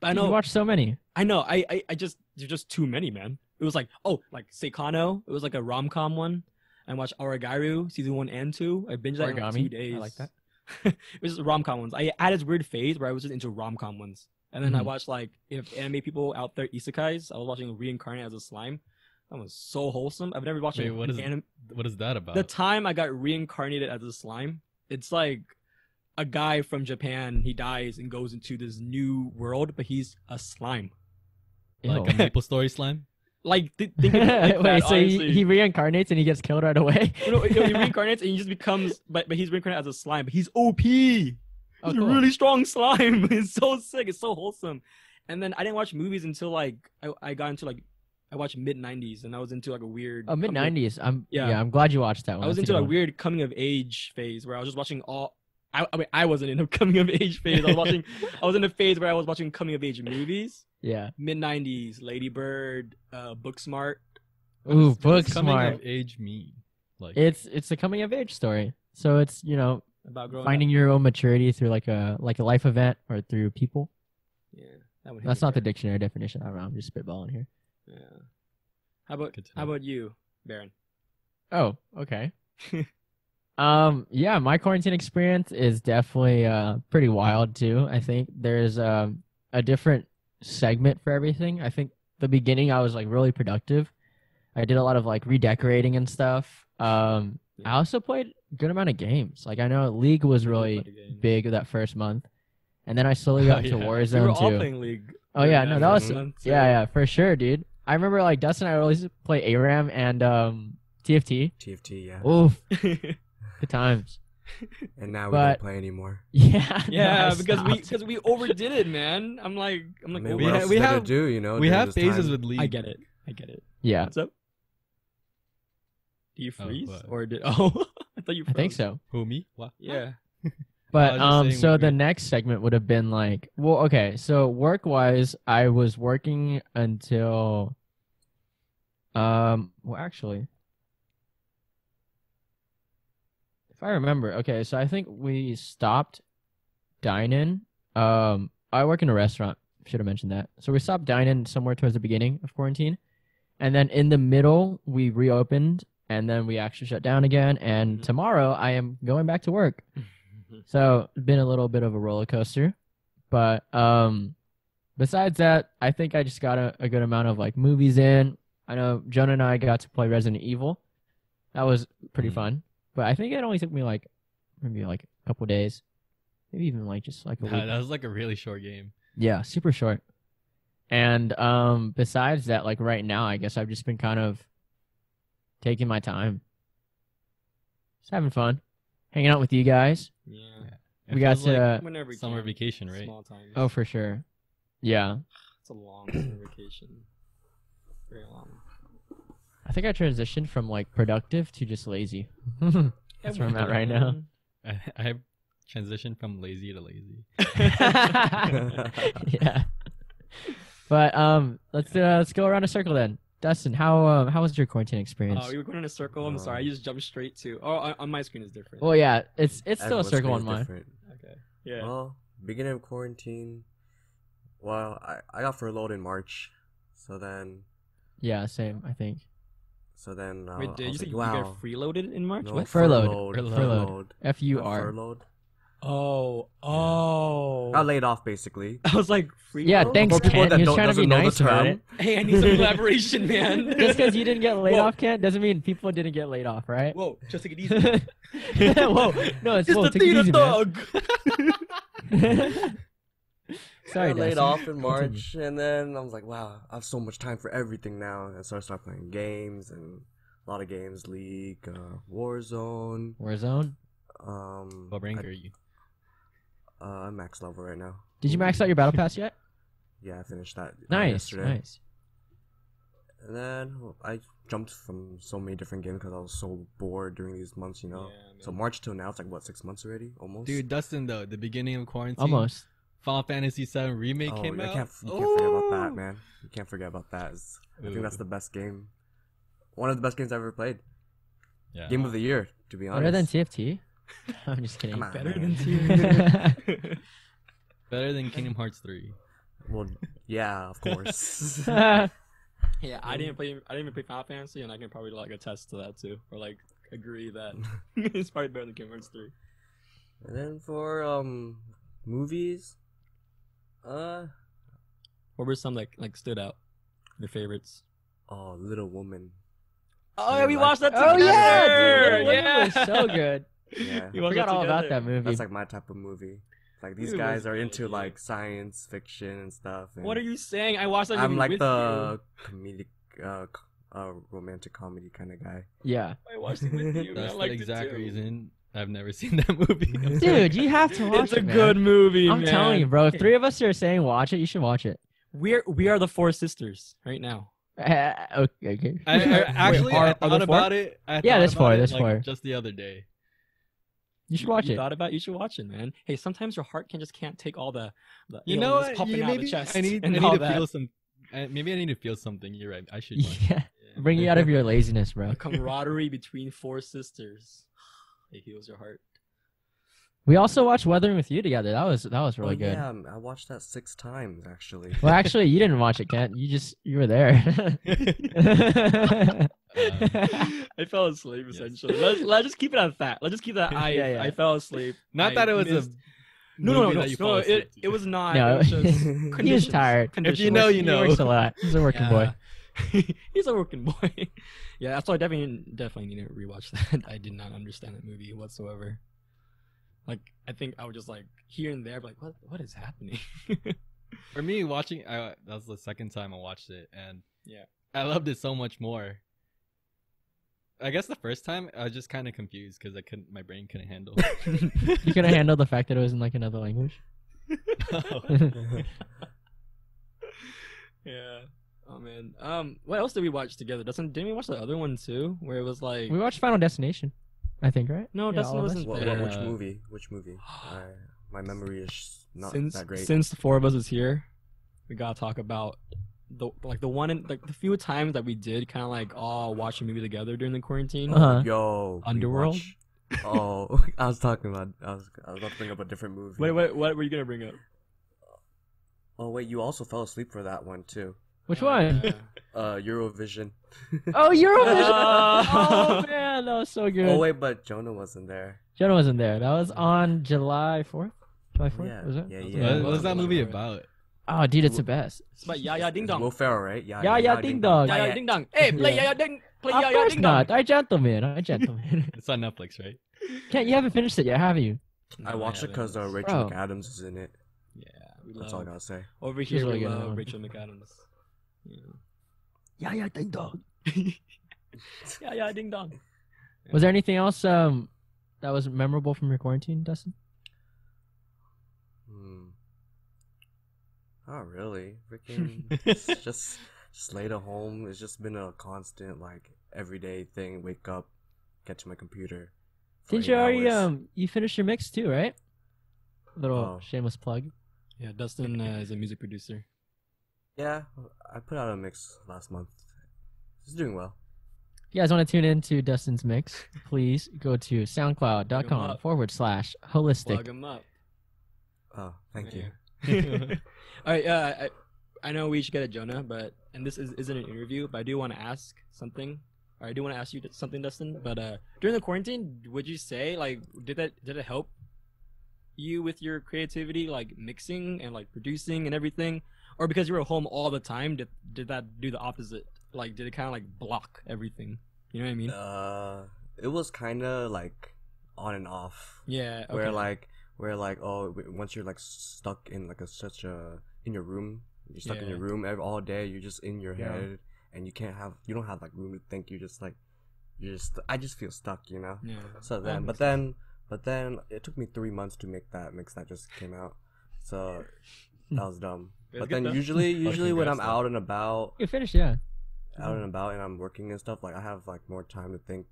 [SPEAKER 3] But I
[SPEAKER 1] Dude,
[SPEAKER 3] know
[SPEAKER 1] You watched so many.
[SPEAKER 3] I know I I, I just there's just too many, man. It was like oh like Seikano. It was like a rom com one. I watched Origairu season one and two. I binged that in like
[SPEAKER 1] Origami.
[SPEAKER 3] two
[SPEAKER 1] I
[SPEAKER 3] days.
[SPEAKER 1] like that.
[SPEAKER 3] [laughs] it was just rom com ones. I had this weird phase where I was just into rom com ones. And then I
[SPEAKER 1] Mhm.
[SPEAKER 3] watched like if anime people out there isekais. I was watching Reincarnate as a Slime. That was so wholesome. I've never watched
[SPEAKER 2] Wait,
[SPEAKER 3] an
[SPEAKER 2] what is-
[SPEAKER 3] anim-
[SPEAKER 2] What is that about?
[SPEAKER 3] the time I got reincarnated as a slime, it's like a guy from Japan. He dies and goes into this new world, but he's a slime.
[SPEAKER 2] like
[SPEAKER 1] Ew.
[SPEAKER 2] a maple story slime?
[SPEAKER 3] Like th- think of it
[SPEAKER 1] [laughs]
[SPEAKER 3] like
[SPEAKER 1] Wait,
[SPEAKER 3] that,
[SPEAKER 1] so he,
[SPEAKER 3] honestly.
[SPEAKER 1] he reincarnates and he gets killed right away?
[SPEAKER 3] You know, he reincarnates and he just becomes, but but he's reincarnated as a slime. But he's OP. He's
[SPEAKER 1] [laughs] Oh,
[SPEAKER 3] a
[SPEAKER 1] cool.
[SPEAKER 3] really strong slime. [laughs] It's so sick. It's so wholesome. And then I didn't watch movies until like I, I got into like I watched mid '90s and I was into like a weird
[SPEAKER 1] Oh, mid
[SPEAKER 3] couple of-
[SPEAKER 1] nineties. I'm
[SPEAKER 3] Yeah.
[SPEAKER 1] yeah. I'm glad you watched that one.
[SPEAKER 3] I was
[SPEAKER 1] That's
[SPEAKER 3] into
[SPEAKER 1] a
[SPEAKER 3] a
[SPEAKER 1] good one.
[SPEAKER 3] weird coming of age phase where I was just watching all. I, I mean, I wasn't in a [laughs] coming of age phase. I was watching. I was in a phase where I was watching coming of age movies,
[SPEAKER 1] Yeah.
[SPEAKER 3] mid '90s, Lady Bird, uh, Booksmart.
[SPEAKER 1] [laughs] Ooh,
[SPEAKER 2] What does
[SPEAKER 1] book
[SPEAKER 2] coming
[SPEAKER 1] smart.
[SPEAKER 2] of age mean? Like
[SPEAKER 1] It's it's a coming of age story. So it's you know
[SPEAKER 3] About growing
[SPEAKER 1] finding
[SPEAKER 3] up.
[SPEAKER 1] your own maturity through like a like a life event or through people.
[SPEAKER 3] Yeah, that would hit
[SPEAKER 1] That's
[SPEAKER 3] me
[SPEAKER 1] not the
[SPEAKER 3] hard.
[SPEAKER 1] dictionary definition. I don't know. I'm just spitballing here.
[SPEAKER 3] Yeah. How about
[SPEAKER 2] Good to
[SPEAKER 3] how
[SPEAKER 2] know.
[SPEAKER 3] about you, Baron?
[SPEAKER 1] Oh, okay. [laughs] um, yeah, my quarantine experience is definitely uh pretty wild too. I think there's um a different segment for everything. I think the beginning I was like really productive. I did a lot of like redecorating and stuff. Um, I also played a good amount of games. Like I know League was really big that first month, and then I
[SPEAKER 3] [laughs]
[SPEAKER 1] slowly
[SPEAKER 2] Oh,
[SPEAKER 1] got to
[SPEAKER 2] yeah. We were
[SPEAKER 3] We were
[SPEAKER 1] Warzone
[SPEAKER 3] all
[SPEAKER 1] too.
[SPEAKER 3] playing League.
[SPEAKER 1] Oh yeah, no, that was
[SPEAKER 4] Mhm.
[SPEAKER 1] yeah, yeah, for sure, dude. I remember like Dustin and I would always play ARAM and um TFT.
[SPEAKER 4] TFT, yeah.
[SPEAKER 1] Oof, [laughs]
[SPEAKER 3] yeah.
[SPEAKER 1] good times. [laughs]
[SPEAKER 4] And now we
[SPEAKER 1] but-
[SPEAKER 4] don't play anymore.
[SPEAKER 1] Yeah. no,
[SPEAKER 3] [laughs] yeah,
[SPEAKER 1] I
[SPEAKER 3] because we
[SPEAKER 1] stopped.
[SPEAKER 3] because we overdid it, man. I'm like I'm
[SPEAKER 4] I
[SPEAKER 3] like
[SPEAKER 4] mean,
[SPEAKER 3] over
[SPEAKER 2] we
[SPEAKER 4] what
[SPEAKER 2] ha-
[SPEAKER 3] it.
[SPEAKER 4] else
[SPEAKER 2] we
[SPEAKER 4] is there
[SPEAKER 2] have-
[SPEAKER 4] to do, you know?
[SPEAKER 2] we
[SPEAKER 4] during
[SPEAKER 2] have
[SPEAKER 4] this
[SPEAKER 2] phases
[SPEAKER 4] time?
[SPEAKER 2] with League.
[SPEAKER 3] I get it. I get it.
[SPEAKER 1] Yeah,
[SPEAKER 3] What's up? Do you
[SPEAKER 2] Oh,
[SPEAKER 3] freeze
[SPEAKER 2] what?
[SPEAKER 3] or did [laughs] oh I thought you
[SPEAKER 1] I
[SPEAKER 3] froze.
[SPEAKER 1] think so.
[SPEAKER 2] Who me? What?
[SPEAKER 3] Yeah.
[SPEAKER 2] I
[SPEAKER 1] But
[SPEAKER 2] was just
[SPEAKER 1] um,
[SPEAKER 2] saying
[SPEAKER 1] so
[SPEAKER 2] what
[SPEAKER 1] the
[SPEAKER 2] we-
[SPEAKER 1] next segment would have been like, well, okay, so work wise, I was working until, um, well, actually, if I remember, okay, so I think we stopped dining. Um, I work in a restaurant. Should have mentioned that. So we stopped dining somewhere towards the beginning of quarantine, and then in the middle we reopened, and then we actually shut down again. And
[SPEAKER 2] Mm-hmm.
[SPEAKER 3] Mhm.
[SPEAKER 1] tomorrow I am going back to work. So been a little bit of a roller coaster, but um, besides that, I think I just got a, a good amount of like movies in. I know Jonah and I got to play Resident Evil. That was pretty
[SPEAKER 2] Mhm.
[SPEAKER 1] fun, but I think it only took me like maybe like a couple days, maybe even like just like a
[SPEAKER 2] Nah,
[SPEAKER 1] week.
[SPEAKER 2] that was like a really short game.
[SPEAKER 1] Yeah, super short. And um, besides that, like right now, I guess I've just been kind of taking my time, just having fun, hanging out with you guys.
[SPEAKER 3] Yeah.
[SPEAKER 2] It
[SPEAKER 1] we got
[SPEAKER 2] feels
[SPEAKER 1] to.
[SPEAKER 2] like
[SPEAKER 3] Whenever we
[SPEAKER 2] summer
[SPEAKER 3] can.
[SPEAKER 2] vacation, right?
[SPEAKER 3] Small time.
[SPEAKER 1] Oh, for sure. Yeah.
[SPEAKER 3] it's a long summer vacation. Very long.
[SPEAKER 1] I think I transitioned from like productive to just lazy. [laughs] That's where I'm at right now.
[SPEAKER 2] I, [laughs] I have transitioned from lazy to lazy.
[SPEAKER 1] [laughs]
[SPEAKER 4] [laughs]
[SPEAKER 1] yeah. [laughs]
[SPEAKER 3] [laughs]
[SPEAKER 1] But um, let's uh, let's go around a circle then. Dustin, how um, how was your quarantine experience?
[SPEAKER 3] Oh, we were going in a circle. I'm sorry. I just jumped straight to. Oh, on- on my screen is different.
[SPEAKER 1] well, Oh, yeah, it's it's still a
[SPEAKER 4] Everyone's
[SPEAKER 1] circle
[SPEAKER 4] pretty
[SPEAKER 1] on mine.
[SPEAKER 4] different.
[SPEAKER 3] okay. Yeah.
[SPEAKER 4] Well, beginning of quarantine. Well, I, I got furloughed in March, so then
[SPEAKER 1] Yeah, same. I think
[SPEAKER 4] so then
[SPEAKER 1] Oh,
[SPEAKER 4] uh,
[SPEAKER 3] Wait,
[SPEAKER 4] I
[SPEAKER 3] did you
[SPEAKER 4] was
[SPEAKER 3] say
[SPEAKER 4] like,
[SPEAKER 3] you
[SPEAKER 4] wow.
[SPEAKER 3] got freeloaded in March?
[SPEAKER 4] no,
[SPEAKER 1] What? Furloughed.
[SPEAKER 4] furloughed,
[SPEAKER 1] Furloughed.
[SPEAKER 4] furloughed.
[SPEAKER 1] F U
[SPEAKER 4] Not
[SPEAKER 1] R.
[SPEAKER 4] furloughed.
[SPEAKER 3] Oh, oh.
[SPEAKER 4] Got laid off basically.
[SPEAKER 3] [laughs] I was like, free.
[SPEAKER 1] Yeah,
[SPEAKER 3] roll?
[SPEAKER 1] thanks,
[SPEAKER 4] For people
[SPEAKER 1] Ken.
[SPEAKER 4] that
[SPEAKER 1] He was
[SPEAKER 4] don't-
[SPEAKER 1] trying to be
[SPEAKER 4] doesn't know the
[SPEAKER 1] nice about
[SPEAKER 4] term,
[SPEAKER 1] it.
[SPEAKER 3] Hey, I
[SPEAKER 1] [laughs]
[SPEAKER 3] need some collaboration, man.
[SPEAKER 1] Just because you didn't get
[SPEAKER 4] [laughs]
[SPEAKER 1] laid
[SPEAKER 3] Whoa.
[SPEAKER 1] off, Ken, doesn't mean people didn't get laid off, right?
[SPEAKER 3] [laughs] Whoa, just take it easy.
[SPEAKER 1] Whoa, no, it's [laughs] whoa, take it easy, man. [laughs] Sorry,
[SPEAKER 4] I got laid
[SPEAKER 1] Dustin.
[SPEAKER 4] off in March, and then I was like, wow, I have so much time for everything now. And so I started playing games and a lot of games, League, uh, Warzone.
[SPEAKER 1] Warzone.
[SPEAKER 4] Um,
[SPEAKER 2] What rank are you?
[SPEAKER 4] I, uh, I'm max level right now.
[SPEAKER 1] Did you max out your battle pass yet?
[SPEAKER 4] Yeah, I finished that. uh,
[SPEAKER 1] Nice,
[SPEAKER 4] yesterday.
[SPEAKER 1] nice.
[SPEAKER 4] And then well, I jumped from so many different games because I was so bored during these months, you know. so March till now, it's like what six months already, almost.
[SPEAKER 2] Dude, Dustin though, the beginning of quarantine.
[SPEAKER 1] Almost.
[SPEAKER 2] Final Fantasy VII remake
[SPEAKER 4] oh,
[SPEAKER 2] came
[SPEAKER 4] I
[SPEAKER 2] out.
[SPEAKER 4] can't, you can't forget about that,
[SPEAKER 2] Ooh.
[SPEAKER 4] man. You can't forget about that. It's- I think that's
[SPEAKER 2] Ooh.
[SPEAKER 4] the best game, one of the best games I've ever played.
[SPEAKER 2] Yeah.
[SPEAKER 4] Game of the year, to be honest.
[SPEAKER 1] Better than TFT. I'm just kidding. [laughs]
[SPEAKER 4] Come on,
[SPEAKER 3] Better
[SPEAKER 4] man.
[SPEAKER 3] than two.
[SPEAKER 2] Better than Kingdom Hearts three.
[SPEAKER 4] Well, yeah, of
[SPEAKER 3] [laughs]
[SPEAKER 4] course.
[SPEAKER 1] [laughs]
[SPEAKER 3] yeah, I didn't play. I didn't even play Final Fantasy, and I can probably like attest to that too, or like
[SPEAKER 1] [laughs]
[SPEAKER 3] agree that [laughs] it's probably better than Kingdom Hearts Three.
[SPEAKER 4] And then for um movies, uh
[SPEAKER 3] What were some like like stood out? Your favorites?
[SPEAKER 4] oh Little Woman.
[SPEAKER 3] Oh,
[SPEAKER 4] yeah,
[SPEAKER 3] we
[SPEAKER 4] we
[SPEAKER 3] watched that
[SPEAKER 4] watched
[SPEAKER 1] oh
[SPEAKER 3] together.
[SPEAKER 1] yeah,
[SPEAKER 4] together!
[SPEAKER 1] dude,
[SPEAKER 3] Oh, yeah,
[SPEAKER 1] Little Women was so good.
[SPEAKER 4] [laughs] Yeah.
[SPEAKER 3] We
[SPEAKER 1] I
[SPEAKER 3] watched
[SPEAKER 1] forgot
[SPEAKER 3] that
[SPEAKER 1] all about
[SPEAKER 3] together.
[SPEAKER 1] that movie.
[SPEAKER 4] That's like my type of movie. Like these
[SPEAKER 3] It was
[SPEAKER 4] guys are
[SPEAKER 3] good,
[SPEAKER 4] into
[SPEAKER 3] dude.
[SPEAKER 4] like science fiction and stuff. And
[SPEAKER 3] What are you saying? I watched that.
[SPEAKER 4] I'm
[SPEAKER 3] movie
[SPEAKER 4] like
[SPEAKER 3] with
[SPEAKER 4] the comedic, uh, c- uh, romantic comedy kind of guy.
[SPEAKER 1] yeah,
[SPEAKER 4] [laughs]
[SPEAKER 3] You. I watched it with you. and I
[SPEAKER 2] That's the
[SPEAKER 3] liked it,
[SPEAKER 2] exact
[SPEAKER 3] too.
[SPEAKER 2] reason I've never [laughs] seen that movie. I'm sorry.
[SPEAKER 1] dude, you have to watch
[SPEAKER 3] It's
[SPEAKER 1] it.
[SPEAKER 3] a
[SPEAKER 1] man.
[SPEAKER 3] good movie.
[SPEAKER 1] I'm
[SPEAKER 3] man.
[SPEAKER 1] telling you, bro. If three of us are saying watch it, you should watch it. [laughs]
[SPEAKER 3] We're we are the four sisters right now.
[SPEAKER 1] okay, okay.
[SPEAKER 2] I, I actually
[SPEAKER 3] are-
[SPEAKER 2] I
[SPEAKER 3] are there
[SPEAKER 2] thought
[SPEAKER 3] four?
[SPEAKER 2] about it. I thought
[SPEAKER 1] there's
[SPEAKER 2] about
[SPEAKER 1] four,
[SPEAKER 2] it,
[SPEAKER 1] there's
[SPEAKER 2] like,
[SPEAKER 1] four.
[SPEAKER 2] Just the other day.
[SPEAKER 1] [laughs] you should watch
[SPEAKER 3] you
[SPEAKER 1] it.
[SPEAKER 3] Thought about you should watch it, man. Hey, sometimes your heart can just can't take all the, the
[SPEAKER 2] You
[SPEAKER 3] illness
[SPEAKER 2] know what?
[SPEAKER 3] popping
[SPEAKER 2] You-
[SPEAKER 3] out of the
[SPEAKER 2] maybe
[SPEAKER 3] chest.
[SPEAKER 2] I need, I
[SPEAKER 3] and
[SPEAKER 2] need
[SPEAKER 3] all
[SPEAKER 2] to
[SPEAKER 3] that.
[SPEAKER 2] feel some. Uh, maybe I need to feel something. You're right.
[SPEAKER 1] [laughs]
[SPEAKER 2] I should. watch it.
[SPEAKER 1] yeah,
[SPEAKER 2] Yeah.
[SPEAKER 1] bring you out of your laziness, bro.
[SPEAKER 3] the [laughs] camaraderie between four sisters. [sighs] It heals your heart.
[SPEAKER 1] We also watched Weathering with You together. That was that was really
[SPEAKER 4] oh,
[SPEAKER 1] good.
[SPEAKER 4] Yeah, um, I watched that six times actually. [laughs]
[SPEAKER 1] Well, actually, you didn't watch it, Kent. You just you were there. [laughs]
[SPEAKER 2] Um,
[SPEAKER 3] [laughs] I fell asleep
[SPEAKER 2] Yes.
[SPEAKER 3] essentially. Let's let's just keep it at that. Let's just
[SPEAKER 2] [laughs]
[SPEAKER 3] keep that. I
[SPEAKER 1] Yeah, yeah.
[SPEAKER 3] I fell asleep.
[SPEAKER 2] Not
[SPEAKER 3] I
[SPEAKER 2] that it was
[SPEAKER 3] missed-
[SPEAKER 2] a.
[SPEAKER 3] no no
[SPEAKER 2] movie
[SPEAKER 3] no
[SPEAKER 2] that
[SPEAKER 3] no,
[SPEAKER 2] you
[SPEAKER 3] no
[SPEAKER 2] fall
[SPEAKER 3] it,
[SPEAKER 2] asleep
[SPEAKER 3] it
[SPEAKER 2] to. [laughs]
[SPEAKER 3] was not.
[SPEAKER 1] No,
[SPEAKER 3] it was just
[SPEAKER 1] he was
[SPEAKER 3] conditions-
[SPEAKER 1] tired.
[SPEAKER 2] If you
[SPEAKER 3] conditions.
[SPEAKER 2] know,
[SPEAKER 1] Works-
[SPEAKER 2] you
[SPEAKER 1] He works a [laughs]
[SPEAKER 2] know.
[SPEAKER 1] lot. He's a working boy.
[SPEAKER 3] Yeah. [laughs] He's a working boy. [laughs] yeah, that's why I definitely definitely need to rewatch that. [laughs] I did not understand that movie whatsoever. Like I think I was just like here and there, like what what is
[SPEAKER 2] [laughs]
[SPEAKER 3] happening? [laughs]
[SPEAKER 2] For me, watching I, that was the second time I watched it, and
[SPEAKER 3] Yeah.
[SPEAKER 2] I loved it so much more. I guess the first time I was just kind of confused because I couldn't, my brain couldn't handle. [laughs]
[SPEAKER 1] You could have handled the fact that it was in like another language.
[SPEAKER 2] it.
[SPEAKER 3] yeah. Oh man. Um, what else did we watch together? Doesn't didn't we watch the other one too, where it was
[SPEAKER 1] [laughs]
[SPEAKER 3] like
[SPEAKER 1] We watched Final Destination, I think, right?
[SPEAKER 3] no,
[SPEAKER 1] Yeah,
[SPEAKER 3] Dustin
[SPEAKER 1] all of us.
[SPEAKER 3] wasn't
[SPEAKER 4] Wha- wha-
[SPEAKER 3] there.
[SPEAKER 4] which
[SPEAKER 2] Yeah.
[SPEAKER 4] movie? Which movie? I, my memory is not
[SPEAKER 3] since
[SPEAKER 4] that great.
[SPEAKER 3] since the four of us is here, we gotta talk about the like the one in, like the few times that we did kind of like all watch a movie together during the quarantine.
[SPEAKER 1] Uh-huh.
[SPEAKER 4] Yo, we
[SPEAKER 3] Underworld?
[SPEAKER 4] watch- Oh, [laughs] I was talking about. I was. I was about to bring up a different movie.
[SPEAKER 3] Wait, what what were you gonna bring up?
[SPEAKER 4] Oh wait, you also fell asleep for that one too.
[SPEAKER 1] Which one?
[SPEAKER 3] [laughs]
[SPEAKER 4] Uh, Eurovision.
[SPEAKER 1] Oh, Eurovision!
[SPEAKER 3] Oh.
[SPEAKER 1] oh man, that was so good.
[SPEAKER 4] Oh wait, but Jonah wasn't there.
[SPEAKER 1] Jonah wasn't there. That was on July fourth. July
[SPEAKER 4] Oh,
[SPEAKER 1] fourth
[SPEAKER 4] yeah.
[SPEAKER 1] was it?
[SPEAKER 4] Yeah,
[SPEAKER 1] That
[SPEAKER 4] yeah.
[SPEAKER 2] what
[SPEAKER 1] was-
[SPEAKER 2] what was that
[SPEAKER 4] Yeah.
[SPEAKER 2] movie about?
[SPEAKER 1] Oh, dude, it's the best.
[SPEAKER 3] It's by Ya Ya Ding
[SPEAKER 4] It's Will
[SPEAKER 3] Dong.
[SPEAKER 4] Ferrell, right?
[SPEAKER 1] Yeah, yeah, Ding Dong.
[SPEAKER 3] Ya Ya Ding Dong. Hey, play Ya Ya Ding. Play
[SPEAKER 1] Of
[SPEAKER 3] Ya Ya
[SPEAKER 1] course
[SPEAKER 3] Ding Dong. [laughs]
[SPEAKER 1] not. I gentleman. I gentleman.
[SPEAKER 2] It's on Netflix, right?
[SPEAKER 1] Kent, you haven't finished it yet, have you?
[SPEAKER 4] I watched it because uh,
[SPEAKER 1] Bro.
[SPEAKER 4] Rachel McAdams is in it.
[SPEAKER 3] yeah, we
[SPEAKER 4] That's all I
[SPEAKER 3] love
[SPEAKER 4] gotta say.
[SPEAKER 3] over here.
[SPEAKER 1] really
[SPEAKER 3] we
[SPEAKER 1] good in that
[SPEAKER 3] love
[SPEAKER 1] one.
[SPEAKER 3] Rachel McAdams. Yeah. [laughs] Ya Ya Ding Dong. [laughs] Ya Ya Ding Dong.
[SPEAKER 1] Was there anything else um that was memorable from your quarantine, Dustin?
[SPEAKER 4] Hmm.
[SPEAKER 1] [laughs]
[SPEAKER 4] Not really. Freaking it's just just laid at home. It's just been a constant like everyday thing. Wake up, get to my computer. for
[SPEAKER 1] Didn't
[SPEAKER 4] eight
[SPEAKER 1] you already
[SPEAKER 4] hours.
[SPEAKER 1] um you finished your mix too, right? Little
[SPEAKER 4] Oh.
[SPEAKER 1] shameless plug.
[SPEAKER 3] Yeah, Dustin uh, is a music producer.
[SPEAKER 4] Yeah, I put out a mix last month. It's doing well.
[SPEAKER 1] If you guys want to tune in to Dustin's mix, please go to
[SPEAKER 3] Look 'em
[SPEAKER 1] soundcloud.com
[SPEAKER 3] up.
[SPEAKER 1] forward slash
[SPEAKER 3] Plug
[SPEAKER 1] holistic.
[SPEAKER 3] him up.
[SPEAKER 4] Oh, thank you.
[SPEAKER 3] you. [laughs] All right, uh, I, I know we should get a Jonah, but and this is, isn't an interview, but I do want to ask something. Or I do want to ask you something, Dustin. But uh, during the quarantine, would you say like did that did it help you with your creativity, like mixing and like producing and everything, or because you were home all the time, did did that do the opposite? Like did it kind of like block everything? You know what I mean?
[SPEAKER 4] Uh, it was kind of like on and off.
[SPEAKER 3] yeah. Okay.
[SPEAKER 4] Where like where like oh w- once you're like stuck in like a such a in your room you're stuck in your
[SPEAKER 3] Yeah.
[SPEAKER 4] room ev- all day you're just in your
[SPEAKER 1] Yeah.
[SPEAKER 4] head and you can't have you don't have like room to think you just like you just I just feel stuck you know
[SPEAKER 3] yeah.
[SPEAKER 4] so
[SPEAKER 3] That
[SPEAKER 4] then but
[SPEAKER 3] makes
[SPEAKER 4] then but then it took me three months to make that mix that just came out so that was dumb
[SPEAKER 3] That's
[SPEAKER 4] but
[SPEAKER 3] good
[SPEAKER 4] then
[SPEAKER 3] though. [laughs]
[SPEAKER 4] usually usually when I'm
[SPEAKER 2] congrats, though.
[SPEAKER 4] out and about
[SPEAKER 1] You finished, yeah.
[SPEAKER 4] out and about and I'm working and stuff like I have like more time to think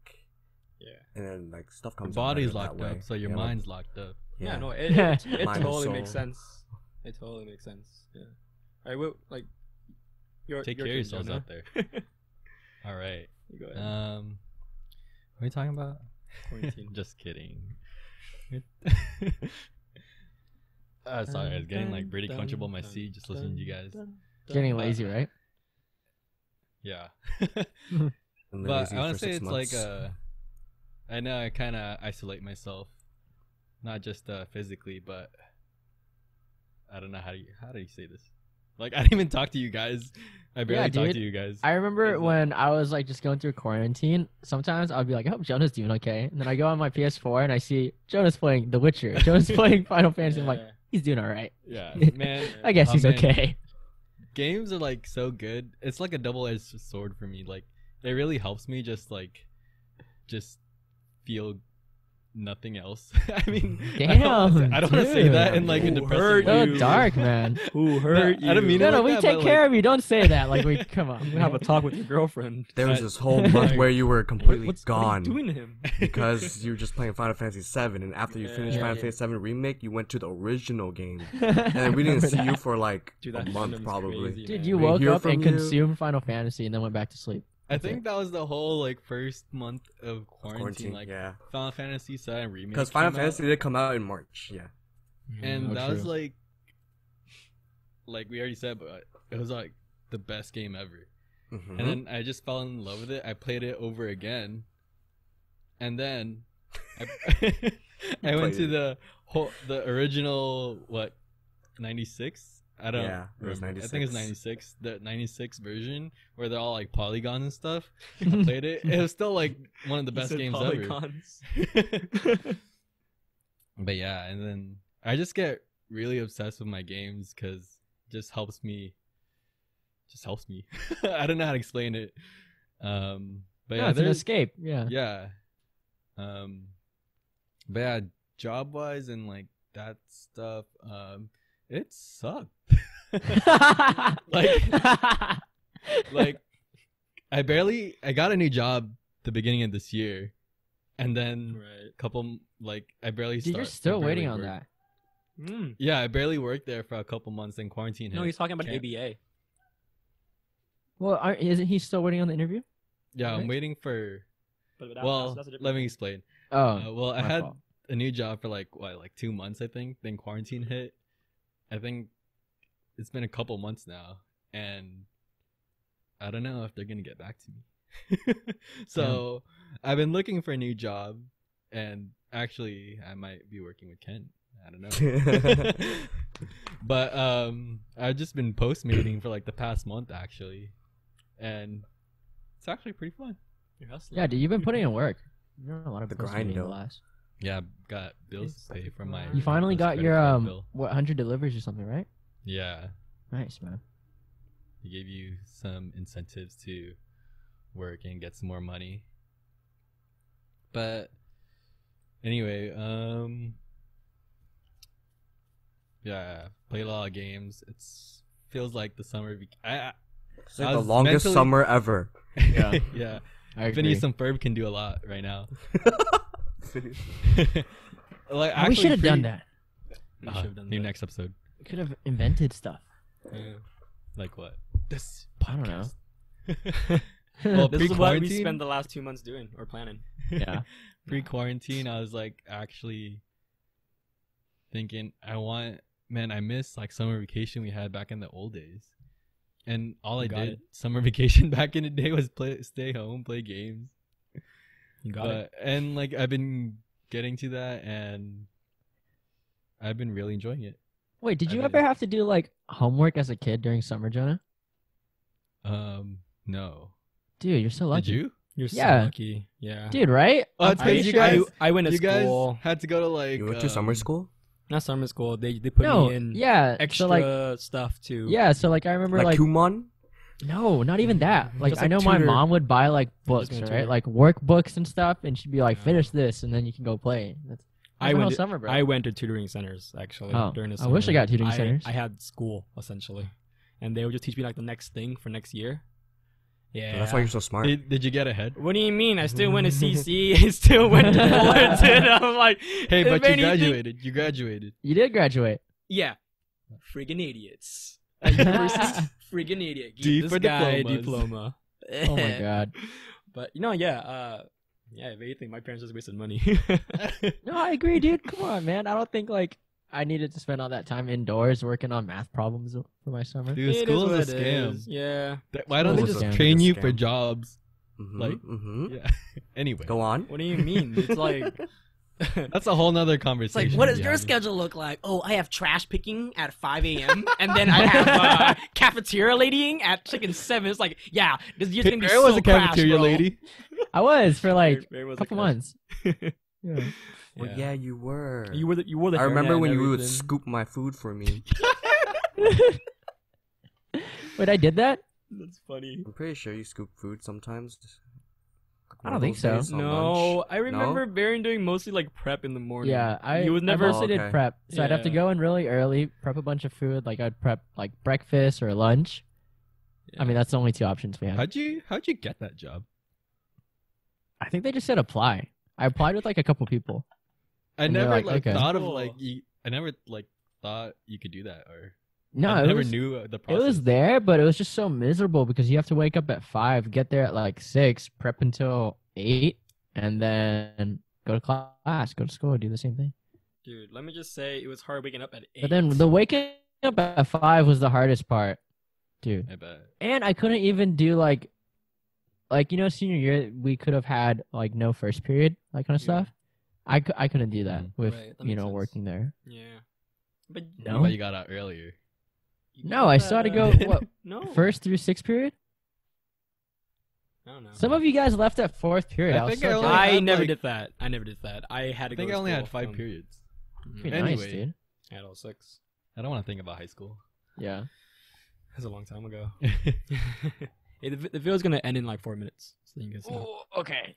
[SPEAKER 3] Yeah.
[SPEAKER 4] and then like stuff
[SPEAKER 2] Your
[SPEAKER 4] comes out
[SPEAKER 2] body's
[SPEAKER 4] better that
[SPEAKER 2] locked
[SPEAKER 4] way,
[SPEAKER 2] up, so your
[SPEAKER 4] you know?
[SPEAKER 2] mind's locked up.
[SPEAKER 3] Yeah,
[SPEAKER 4] yeah
[SPEAKER 2] [laughs]
[SPEAKER 3] no, it, it, it
[SPEAKER 4] Mind and
[SPEAKER 3] totally makes
[SPEAKER 4] soul.
[SPEAKER 3] sense. It totally makes sense. Yeah. All right, well, like, your,
[SPEAKER 2] Take
[SPEAKER 3] your
[SPEAKER 2] care of
[SPEAKER 3] turn,
[SPEAKER 2] yourselves
[SPEAKER 3] Jonah.
[SPEAKER 2] out there. All right.
[SPEAKER 3] You go ahead.
[SPEAKER 2] Um, what are we talking about?
[SPEAKER 3] Quarantine.
[SPEAKER 2] Just kidding. uh, sorry, I was [laughs] getting like pretty comfortable in my seat just listening to you guys.
[SPEAKER 1] Getting lazy, right?
[SPEAKER 2] Yeah. [laughs]
[SPEAKER 4] And then
[SPEAKER 2] but
[SPEAKER 4] lazy
[SPEAKER 2] I want to
[SPEAKER 4] for
[SPEAKER 2] say
[SPEAKER 4] six
[SPEAKER 2] it's
[SPEAKER 4] months.
[SPEAKER 2] like uh, I know I kind of isolate myself, not just uh, physically, but I don't know how do you how do you say this? Like [laughs] I didn't even talk to you guys. I barely talk
[SPEAKER 1] dude.
[SPEAKER 2] to you guys.
[SPEAKER 1] I remember
[SPEAKER 2] Is it-
[SPEAKER 1] when I was like just going through quarantine, sometimes I'd be like, I hope Jonah's doing okay. And then I go on my PS4 and I see Jonah's playing The Witcher. Jonah's playing Final Fantasy. I'm like,
[SPEAKER 3] Yeah.
[SPEAKER 1] he's doing all right.
[SPEAKER 2] yeah,
[SPEAKER 1] [laughs]
[SPEAKER 2] man.
[SPEAKER 1] I guess
[SPEAKER 2] Oh,
[SPEAKER 1] he's
[SPEAKER 2] man.
[SPEAKER 1] okay.
[SPEAKER 2] games are like so good. It's like a double edged sword for me. Like it really helps me just like just feel nothing else. [laughs] I mean, I don't wanna say-
[SPEAKER 1] Damn,
[SPEAKER 2] I don't want to say that
[SPEAKER 1] dude.
[SPEAKER 2] in like a
[SPEAKER 3] Who
[SPEAKER 2] depressing
[SPEAKER 3] hurt
[SPEAKER 2] way.
[SPEAKER 1] So
[SPEAKER 3] you?
[SPEAKER 1] dark, man.
[SPEAKER 3] [laughs] Who hurt you?
[SPEAKER 2] I don't mean
[SPEAKER 1] No,
[SPEAKER 2] it
[SPEAKER 1] no,
[SPEAKER 2] like
[SPEAKER 1] we
[SPEAKER 2] that,
[SPEAKER 1] take
[SPEAKER 2] but,
[SPEAKER 1] care
[SPEAKER 2] like-
[SPEAKER 1] of you. Don't say that. Like, we come on.
[SPEAKER 3] I'm gonna have
[SPEAKER 1] [laughs]
[SPEAKER 3] a talk with
[SPEAKER 2] [laughs]
[SPEAKER 3] your girlfriend.
[SPEAKER 4] There was
[SPEAKER 2] Uh,
[SPEAKER 4] this whole month where you were completely
[SPEAKER 3] What's what are
[SPEAKER 4] gone
[SPEAKER 3] you doing to
[SPEAKER 2] [laughs]
[SPEAKER 3] him?
[SPEAKER 4] [laughs] because you were just playing Final Fantasy VII, and after you finished
[SPEAKER 1] Yeah.
[SPEAKER 4] Final Fantasy VII remake, you went to the original game,
[SPEAKER 2] [laughs]
[SPEAKER 1] and
[SPEAKER 4] and we didn't see you for like
[SPEAKER 3] [laughs] Dude,
[SPEAKER 4] a
[SPEAKER 3] that
[SPEAKER 4] month
[SPEAKER 3] fandom's
[SPEAKER 4] probably.
[SPEAKER 3] crazy,
[SPEAKER 1] Dude,
[SPEAKER 3] man.
[SPEAKER 1] you
[SPEAKER 4] We
[SPEAKER 1] woke
[SPEAKER 4] hear
[SPEAKER 1] up
[SPEAKER 4] from
[SPEAKER 1] and
[SPEAKER 4] you.
[SPEAKER 1] consumed Final Fantasy and then went back to sleep.
[SPEAKER 2] I think that was the whole like first month of quarantine.
[SPEAKER 4] Quarantine,
[SPEAKER 2] like
[SPEAKER 4] yeah,
[SPEAKER 2] Final Fantasy Seven remake.
[SPEAKER 4] because Final
[SPEAKER 2] came out,
[SPEAKER 4] Fantasy did come out in March. Yeah,
[SPEAKER 2] and
[SPEAKER 1] Oh,
[SPEAKER 2] that was
[SPEAKER 1] true.
[SPEAKER 2] like, like we already said, but it was like the best game ever.
[SPEAKER 4] Mhm.
[SPEAKER 2] and then I just fell in love with it. I played it over again, and then I, [laughs] I went to
[SPEAKER 4] played it.
[SPEAKER 2] the whole the original what ninety six. I don't.
[SPEAKER 4] Yeah, it was
[SPEAKER 2] remember. I think it's
[SPEAKER 4] 96.
[SPEAKER 2] ninety six. The ninety six version where they're all like polygons and stuff.
[SPEAKER 4] [laughs]
[SPEAKER 2] I played it. It was still like one of the
[SPEAKER 3] He
[SPEAKER 2] best
[SPEAKER 3] said
[SPEAKER 2] games [laughs]
[SPEAKER 3] polygons.
[SPEAKER 2] ever. but yeah, and then I just get really obsessed with my games because just helps me. Just helps me. [laughs] I don't know how to explain it. Um, but
[SPEAKER 1] No,
[SPEAKER 2] yeah,
[SPEAKER 1] it's an
[SPEAKER 2] there's
[SPEAKER 1] escape. [laughs] Yeah.
[SPEAKER 2] yeah. Um, but yeah, job wise and like that stuff, um, it sucked. [laughs]
[SPEAKER 4] [laughs]
[SPEAKER 1] like, [laughs]
[SPEAKER 2] like I barely I got a new job the beginning of this year, and then
[SPEAKER 3] right.
[SPEAKER 2] a couple like I barely.
[SPEAKER 1] dude, you're
[SPEAKER 2] start- I
[SPEAKER 1] still
[SPEAKER 2] barely
[SPEAKER 1] waiting on
[SPEAKER 2] worked.
[SPEAKER 1] that.
[SPEAKER 3] Mm.
[SPEAKER 2] Yeah, I barely worked there for a couple months. Then quarantine hit.
[SPEAKER 3] No, he's talking about
[SPEAKER 2] Can't-
[SPEAKER 3] ABA.
[SPEAKER 1] Well, aren't, isn't he still waiting on the interview?
[SPEAKER 2] yeah, I'm
[SPEAKER 1] right?
[SPEAKER 2] waiting for.
[SPEAKER 3] But that,
[SPEAKER 2] well,
[SPEAKER 3] that's, that's a different
[SPEAKER 2] let me explain.
[SPEAKER 1] Oh,
[SPEAKER 2] Uh, well, I
[SPEAKER 1] my
[SPEAKER 2] had
[SPEAKER 1] fault.
[SPEAKER 2] a new job for like what, like two months, I think. Then quarantine
[SPEAKER 1] Mm-hmm.
[SPEAKER 2] hit. I think it's been a couple months now, and I don't know if they're gonna get back to me. [laughs] so I've been looking for a new job, and actually, I might be working with Ken. I
[SPEAKER 1] [laughs]
[SPEAKER 2] don't
[SPEAKER 4] [laughs]
[SPEAKER 2] [laughs] know. but um, I've just been post mating for like the past month actually, and it's actually pretty fun.
[SPEAKER 3] You're hustling.
[SPEAKER 1] yeah, dude, you've been putting in work. You know a lot of
[SPEAKER 4] The
[SPEAKER 1] bills
[SPEAKER 4] grind,
[SPEAKER 1] meeting
[SPEAKER 4] though.
[SPEAKER 1] last.
[SPEAKER 2] Yeah, I've got bills
[SPEAKER 3] It's
[SPEAKER 2] to pay
[SPEAKER 3] such a
[SPEAKER 2] for my.
[SPEAKER 3] grind.
[SPEAKER 1] You finally
[SPEAKER 2] this
[SPEAKER 1] got
[SPEAKER 2] credit
[SPEAKER 1] your
[SPEAKER 2] card
[SPEAKER 1] um
[SPEAKER 2] bill.
[SPEAKER 1] what hundred deliveries or something, right?
[SPEAKER 2] Yeah,
[SPEAKER 1] Nice man.
[SPEAKER 2] they gave you some incentives to work and get some more money. But anyway, um, yeah, play a lot of games. It's feels like the summer. Vac- I, I
[SPEAKER 4] it's like
[SPEAKER 2] I
[SPEAKER 4] the
[SPEAKER 2] was
[SPEAKER 3] [laughs]
[SPEAKER 4] longest
[SPEAKER 2] mentally- [laughs]
[SPEAKER 4] summer ever.
[SPEAKER 2] yeah yeah
[SPEAKER 1] I agree.
[SPEAKER 2] Vinny some Ferb can do a lot right [laughs] now. like
[SPEAKER 1] Oh, we should have done that.
[SPEAKER 2] [laughs]
[SPEAKER 3] We
[SPEAKER 2] Uh,
[SPEAKER 3] should've done
[SPEAKER 2] new
[SPEAKER 3] that. [laughs]
[SPEAKER 2] next episode.
[SPEAKER 1] We could have invented stuff.
[SPEAKER 2] Like what? This
[SPEAKER 1] I don't know.
[SPEAKER 2] [laughs] podcast.
[SPEAKER 1] Well,
[SPEAKER 3] This is what we
[SPEAKER 2] Pre-quarantine?
[SPEAKER 3] spent the last two months doing or planning.
[SPEAKER 2] [laughs]
[SPEAKER 1] Yeah.
[SPEAKER 2] Pre quarantine, I was like actually thinking, I want, man, I miss like summer vacation we had back in the old days. And all
[SPEAKER 3] You
[SPEAKER 2] I
[SPEAKER 3] got
[SPEAKER 2] did [laughs] summer vacation back in the day was play, stay home, play games.
[SPEAKER 3] You
[SPEAKER 2] but, And like I've been getting to that, and I've been really enjoying it.
[SPEAKER 1] Wait, did
[SPEAKER 2] I
[SPEAKER 1] you
[SPEAKER 2] bet
[SPEAKER 1] ever
[SPEAKER 2] it-
[SPEAKER 1] have to do like homework as a kid during summer, Jonah?
[SPEAKER 2] Um, no,
[SPEAKER 1] Dude, you're so lucky.
[SPEAKER 2] did you?
[SPEAKER 3] You're
[SPEAKER 1] Yeah.
[SPEAKER 3] so lucky. Yeah.
[SPEAKER 1] Dude, right?
[SPEAKER 2] Oh, it's
[SPEAKER 3] I,
[SPEAKER 2] 'cause you guys,
[SPEAKER 3] I, I went to
[SPEAKER 2] you guys
[SPEAKER 3] school.
[SPEAKER 2] had to go to like
[SPEAKER 4] you went
[SPEAKER 3] uh,
[SPEAKER 4] to summer
[SPEAKER 2] um,
[SPEAKER 4] school?
[SPEAKER 3] Not summer school. They they put
[SPEAKER 1] no.
[SPEAKER 3] me in
[SPEAKER 1] Yeah.
[SPEAKER 3] extra
[SPEAKER 1] So like
[SPEAKER 3] stuff too.
[SPEAKER 1] yeah, so like I remember
[SPEAKER 4] Like,
[SPEAKER 1] like
[SPEAKER 4] Kumon?
[SPEAKER 1] No, not even that. Like
[SPEAKER 3] Mm-hmm. Just,
[SPEAKER 1] I
[SPEAKER 3] like,
[SPEAKER 1] know my
[SPEAKER 3] tutor.
[SPEAKER 1] mom would buy like books,
[SPEAKER 3] been a
[SPEAKER 1] right?
[SPEAKER 3] tutor.
[SPEAKER 1] Like workbooks and stuff, and she'd be like,
[SPEAKER 3] Yeah.
[SPEAKER 1] "Finish this, and then you can go play." That's,
[SPEAKER 3] I
[SPEAKER 1] that's my whole
[SPEAKER 3] went. To,
[SPEAKER 1] summer, bro.
[SPEAKER 3] I went to tutoring centers actually
[SPEAKER 1] Oh,
[SPEAKER 3] during the
[SPEAKER 1] I
[SPEAKER 3] summer.
[SPEAKER 1] wish I got tutoring centers.
[SPEAKER 3] I had school essentially, and they would just teach me like the next thing for next year. Yeah.
[SPEAKER 4] Oh, That's why you're so smart.
[SPEAKER 2] Did, did you get ahead?
[SPEAKER 3] [laughs] What do you mean? I still
[SPEAKER 4] [laughs]
[SPEAKER 3] went to CC. I still went to
[SPEAKER 1] [laughs]
[SPEAKER 3] Fullerton. I'm like,
[SPEAKER 2] Hey,
[SPEAKER 3] if
[SPEAKER 2] but you
[SPEAKER 3] anything-
[SPEAKER 2] graduated. You graduated.
[SPEAKER 1] you did
[SPEAKER 3] [laughs]
[SPEAKER 1] graduate.
[SPEAKER 3] Yeah. Friggin'
[SPEAKER 1] [laughs]
[SPEAKER 3] idiots.
[SPEAKER 2] At
[SPEAKER 1] oh
[SPEAKER 3] Friggin' idiot. Give
[SPEAKER 2] D
[SPEAKER 3] this
[SPEAKER 2] for
[SPEAKER 3] guy a
[SPEAKER 2] diplomas. Oh
[SPEAKER 3] diploma.
[SPEAKER 1] Oh my
[SPEAKER 3] [laughs]
[SPEAKER 1] god.
[SPEAKER 3] But you know, yeah, uh, yeah. If anything, my parents just wasted money. [laughs]
[SPEAKER 1] No, I agree, dude. Come on, man. I don't think like I needed to spend all that time indoors working on math problems for my summer.
[SPEAKER 2] Dude,
[SPEAKER 3] It
[SPEAKER 2] school
[SPEAKER 3] what
[SPEAKER 2] is a
[SPEAKER 3] it
[SPEAKER 2] scam.
[SPEAKER 3] is, Yeah.
[SPEAKER 2] Th- Why don't they
[SPEAKER 4] School is
[SPEAKER 2] just
[SPEAKER 4] a scam.
[SPEAKER 2] train
[SPEAKER 4] It's a
[SPEAKER 2] you for
[SPEAKER 4] scam.
[SPEAKER 2] jobs?
[SPEAKER 4] hmm
[SPEAKER 2] like-
[SPEAKER 4] hmm
[SPEAKER 2] Yeah. anyway,
[SPEAKER 4] Go on.
[SPEAKER 3] What do you mean?
[SPEAKER 5] [laughs]
[SPEAKER 3] It's like.
[SPEAKER 2] that's a whole nother
[SPEAKER 5] It's
[SPEAKER 2] conversation.
[SPEAKER 5] like, what
[SPEAKER 2] to
[SPEAKER 5] does
[SPEAKER 2] be
[SPEAKER 5] your
[SPEAKER 2] having.
[SPEAKER 5] schedule look like? Oh, I have trash picking at 5 a.m. and then I have uh,
[SPEAKER 3] [laughs]
[SPEAKER 5] cafeteria ladying at freaking seven. It's like, yeah, this year's gonna be
[SPEAKER 2] There
[SPEAKER 5] so
[SPEAKER 2] was a cafeteria
[SPEAKER 5] crash, bro.
[SPEAKER 2] lady.
[SPEAKER 1] I was for like
[SPEAKER 3] There
[SPEAKER 1] a
[SPEAKER 3] was [laughs]
[SPEAKER 1] couple
[SPEAKER 3] crash.
[SPEAKER 1] months. Yeah. [laughs]
[SPEAKER 4] Well,
[SPEAKER 3] Yeah.
[SPEAKER 4] yeah, you were.
[SPEAKER 3] You were the, you wore the.
[SPEAKER 4] I remember
[SPEAKER 3] hairnet
[SPEAKER 4] when
[SPEAKER 3] and
[SPEAKER 4] you would
[SPEAKER 3] everything.
[SPEAKER 4] scoop my food for
[SPEAKER 3] [laughs]
[SPEAKER 4] me.
[SPEAKER 1] Wait, I did that?
[SPEAKER 3] That's funny.
[SPEAKER 4] I'm pretty sure you scoop food sometimes.
[SPEAKER 1] I don't
[SPEAKER 4] One of
[SPEAKER 1] think
[SPEAKER 4] those
[SPEAKER 1] so.
[SPEAKER 4] days on
[SPEAKER 3] No,
[SPEAKER 4] lunch.
[SPEAKER 3] I remember Baron doing mostly like prep in the morning.
[SPEAKER 1] Yeah, I
[SPEAKER 3] You would never-
[SPEAKER 1] I've also
[SPEAKER 4] Oh,
[SPEAKER 1] did
[SPEAKER 4] okay.
[SPEAKER 1] prep, so I'd have to
[SPEAKER 3] Yeah.
[SPEAKER 1] go in really early, prep a bunch of food. Like I'd prep like breakfast or lunch. I mean, that's the only two options we had.
[SPEAKER 2] How'd you how'd you get that job?
[SPEAKER 1] I think they just said apply. I applied with like a couple people.
[SPEAKER 2] I
[SPEAKER 1] And they're
[SPEAKER 2] never
[SPEAKER 1] like,
[SPEAKER 2] like,
[SPEAKER 1] okay.
[SPEAKER 2] thought of
[SPEAKER 3] Cool.
[SPEAKER 2] like you, I never like thought you could do that or
[SPEAKER 1] No,
[SPEAKER 2] [laughs] I
[SPEAKER 1] it
[SPEAKER 2] never
[SPEAKER 1] was,
[SPEAKER 2] knew uh, the
[SPEAKER 1] It
[SPEAKER 2] process.
[SPEAKER 1] was there, but it was just so miserable because you have to wake up at five, get there at like six, prep until eight, and then go to class, go to school, do the same thing.
[SPEAKER 3] dude. Let me just say, it was hard waking up at eight.
[SPEAKER 1] But then the waking up at five was the hardest part, dude.
[SPEAKER 2] I bet.
[SPEAKER 1] And I couldn't even do like, like you know, senior year we could have had like no first period, that kind of
[SPEAKER 3] Yeah.
[SPEAKER 1] stuff. I, cou- I couldn't do that
[SPEAKER 2] Mhm.
[SPEAKER 1] with
[SPEAKER 3] Right, that
[SPEAKER 1] you
[SPEAKER 3] makes
[SPEAKER 1] know
[SPEAKER 3] sense.
[SPEAKER 1] working there.
[SPEAKER 3] yeah, but
[SPEAKER 1] No.
[SPEAKER 2] But you got out earlier.
[SPEAKER 3] you
[SPEAKER 1] No,
[SPEAKER 3] got
[SPEAKER 1] I
[SPEAKER 3] that,
[SPEAKER 1] started
[SPEAKER 3] uh, [laughs]
[SPEAKER 1] go what
[SPEAKER 2] Oh.
[SPEAKER 3] no
[SPEAKER 1] first through sixth period.
[SPEAKER 3] I don't know.
[SPEAKER 1] Some of you guys left at fourth period.
[SPEAKER 2] I
[SPEAKER 1] I, was
[SPEAKER 2] think
[SPEAKER 1] so
[SPEAKER 2] I only-
[SPEAKER 1] jealous.
[SPEAKER 3] I
[SPEAKER 2] had,
[SPEAKER 3] never
[SPEAKER 2] like-
[SPEAKER 3] did that. I never did that. I had
[SPEAKER 2] I
[SPEAKER 3] to
[SPEAKER 2] think I
[SPEAKER 3] go to
[SPEAKER 2] only had
[SPEAKER 3] school Mm-hmm.
[SPEAKER 2] five
[SPEAKER 3] from-
[SPEAKER 2] periods.
[SPEAKER 3] Mhm.
[SPEAKER 1] Pretty nice,
[SPEAKER 2] Anyway.
[SPEAKER 1] dude.
[SPEAKER 3] I had all six.
[SPEAKER 2] I don't want to think about high school.
[SPEAKER 1] Yeah.
[SPEAKER 3] That was a long time
[SPEAKER 1] [laughs]
[SPEAKER 3] ago. [laughs] Hey, the, vi- the video's gonna end in like four minutes, so you guys know.
[SPEAKER 1] [laughs]
[SPEAKER 5] okay.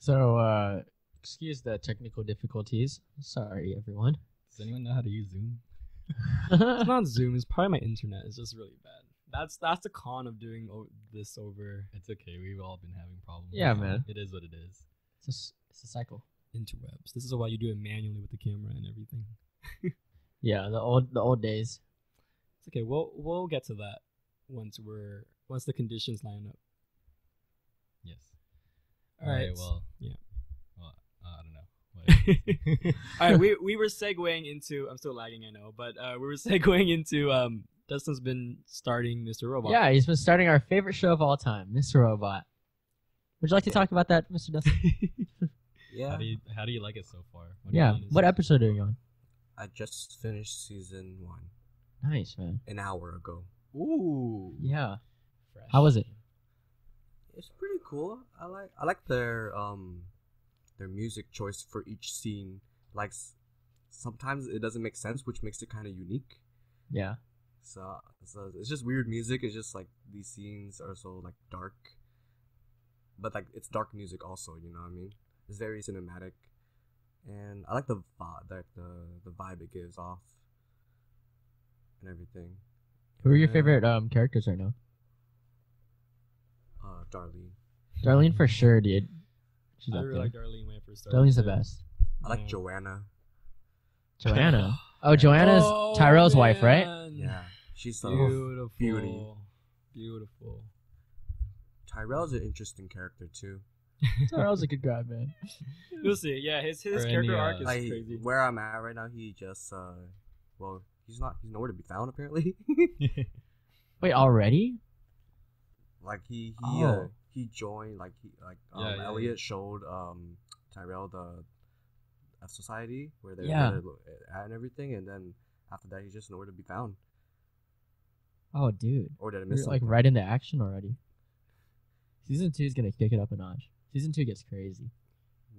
[SPEAKER 1] So, uh, excuse the technical difficulties. Sorry, everyone.
[SPEAKER 2] Does anyone know how to use Zoom?
[SPEAKER 3] It's not Zoom. It's probably my internet. It's just really bad. That's that's the con of doing o- this over
[SPEAKER 2] It's okay. We've all been having problems.
[SPEAKER 1] Yeah, man.
[SPEAKER 2] It is what it is.
[SPEAKER 1] it's, a, s- it's a cycle.
[SPEAKER 3] interwebs. This is why you do it manually with the camera and everything.
[SPEAKER 1] Yeah, the old the old days.
[SPEAKER 3] It's okay. We'll we'll get to that once we're once the conditions line up.
[SPEAKER 2] Yes.
[SPEAKER 3] All right.
[SPEAKER 2] Well.
[SPEAKER 3] yeah.
[SPEAKER 2] Well, I don't
[SPEAKER 1] [laughs]
[SPEAKER 2] know.
[SPEAKER 3] All right. We we were segueing into. I'm still lagging. I know, but uh, we were [laughs] segueing into. Um, Dustin's been starting Mr. Robot.
[SPEAKER 1] Yeah, he's been starting our favorite show of all time, Mr. Robot. Would you like to talk about that, Mr.
[SPEAKER 2] [laughs]
[SPEAKER 1] Dustin?
[SPEAKER 4] Yeah.
[SPEAKER 2] How do you how do you like it so far? What do you
[SPEAKER 1] yeah.
[SPEAKER 2] think is-
[SPEAKER 1] What episode are you on?
[SPEAKER 4] I just finished season one
[SPEAKER 1] Nice, man.
[SPEAKER 4] an hour ago.
[SPEAKER 2] Ooh.
[SPEAKER 1] Yeah. How was it?
[SPEAKER 4] It's pretty cool. I like I like their um their music choice for each scene. Like s- sometimes it doesn't make sense, which makes it kind of unique.
[SPEAKER 1] Yeah.
[SPEAKER 4] So, so it's just weird music. It's just like these scenes are so like dark, but like it's dark music also. You know what I mean? It's very cinematic, and I like the vibe, like the the vibe it gives off, and everything.
[SPEAKER 1] Who are your uh,
[SPEAKER 4] Yeah.
[SPEAKER 1] favorite um characters right now?
[SPEAKER 4] Uh, Darlene.
[SPEAKER 1] Darlene for sure, dude. She's
[SPEAKER 3] I
[SPEAKER 1] up
[SPEAKER 3] really
[SPEAKER 1] there.
[SPEAKER 3] like Darlene when I first started.
[SPEAKER 1] Darlene's the
[SPEAKER 3] too.
[SPEAKER 1] best.
[SPEAKER 4] I like
[SPEAKER 3] Yeah.
[SPEAKER 4] Joanna.
[SPEAKER 1] [laughs] Joanna. Oh, Joanna's
[SPEAKER 3] Oh,
[SPEAKER 1] Tyrell's wife, right?
[SPEAKER 3] man.
[SPEAKER 4] Yeah, she's the
[SPEAKER 3] Beautiful.
[SPEAKER 4] beauty.
[SPEAKER 3] Beautiful.
[SPEAKER 4] Tyrell's an interesting character too.
[SPEAKER 1] [laughs] Tyrell's a good guy, man.
[SPEAKER 3] You'll see. Yeah, his his
[SPEAKER 2] Or
[SPEAKER 3] character
[SPEAKER 2] any,
[SPEAKER 3] arc
[SPEAKER 2] uh,
[SPEAKER 3] is
[SPEAKER 4] Like
[SPEAKER 3] crazy.
[SPEAKER 4] where I'm at right now, he just uh, well, he's not he's nowhere to be found apparently. [laughs]
[SPEAKER 1] Wait, already?
[SPEAKER 4] like he he uh,
[SPEAKER 1] Oh.
[SPEAKER 4] he joined like he like um,
[SPEAKER 2] Yeah, yeah, yeah.
[SPEAKER 4] Elliot showed um Tyrell the F Society where they're,
[SPEAKER 1] Yeah.
[SPEAKER 4] where they're at and everything, and then after that he's just nowhere to be found.
[SPEAKER 1] Oh, dude.
[SPEAKER 4] Or did I miss
[SPEAKER 1] You're like
[SPEAKER 4] something?
[SPEAKER 1] right into action already. Season two is gonna kick it up a notch. Season two gets crazy.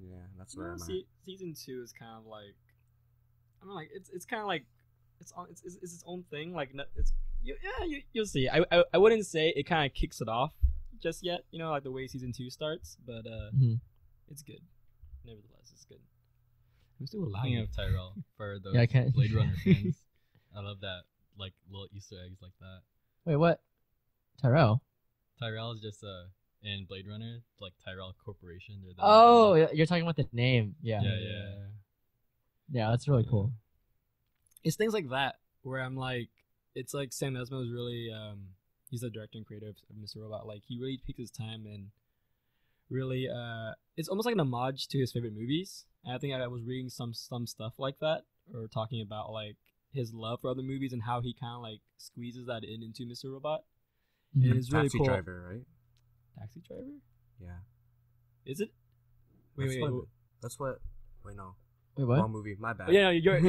[SPEAKER 4] Yeah, that's
[SPEAKER 3] No,
[SPEAKER 4] where I'm
[SPEAKER 3] se- season two is kind of like, I don't know, like it's it's kind of like it's on it's, it's, it's its own thing. Like no- it's you, yeah, you you'll see. I, I I wouldn't say it kind of kicks it off just yet. You know, like the way season two starts, but uh,
[SPEAKER 4] Mm-hmm.
[SPEAKER 1] Mhm.
[SPEAKER 3] it's good. Nevertheless, it's good. I'm still
[SPEAKER 2] Speaking of Tyrell,
[SPEAKER 1] [laughs]
[SPEAKER 2] for those
[SPEAKER 1] Yeah, I can't-
[SPEAKER 2] Blade Runner fans, I love that like little Easter eggs like that.
[SPEAKER 1] Wait, what? Tyrell?
[SPEAKER 2] Tyrell is just uh in Blade Runner, like Tyrell Corporation. They're the
[SPEAKER 1] Oh, y- you're talking about the name. Yeah.
[SPEAKER 2] yeah,
[SPEAKER 1] Yeah,
[SPEAKER 2] yeah, Oh, yeah.
[SPEAKER 1] that's really
[SPEAKER 2] Yeah.
[SPEAKER 1] cool.
[SPEAKER 3] It's things like that where I'm like, it's like Sam Esmail is really, um, he's the director and creator of of Mr. Robot. Like he really takes his time and really, uh, it's almost like an homage to his favorite movies. And I think I was reading some some stuff like that or talking about like his love for other movies and how he kind of like squeezes that in into Mr. Robot.
[SPEAKER 1] Mhm.
[SPEAKER 3] And
[SPEAKER 4] at.
[SPEAKER 3] it's really
[SPEAKER 4] Taxi
[SPEAKER 3] cool.
[SPEAKER 4] driver, right?
[SPEAKER 3] Taxi driver?
[SPEAKER 4] Yeah.
[SPEAKER 3] Is it? Wait,
[SPEAKER 4] that's
[SPEAKER 3] wait,
[SPEAKER 4] what.
[SPEAKER 3] wait. Oh,
[SPEAKER 4] That's what. Wait, no.
[SPEAKER 1] Wait, what?
[SPEAKER 4] Wrong movie. My bad.
[SPEAKER 3] Yeah, no, [laughs] you're. I'm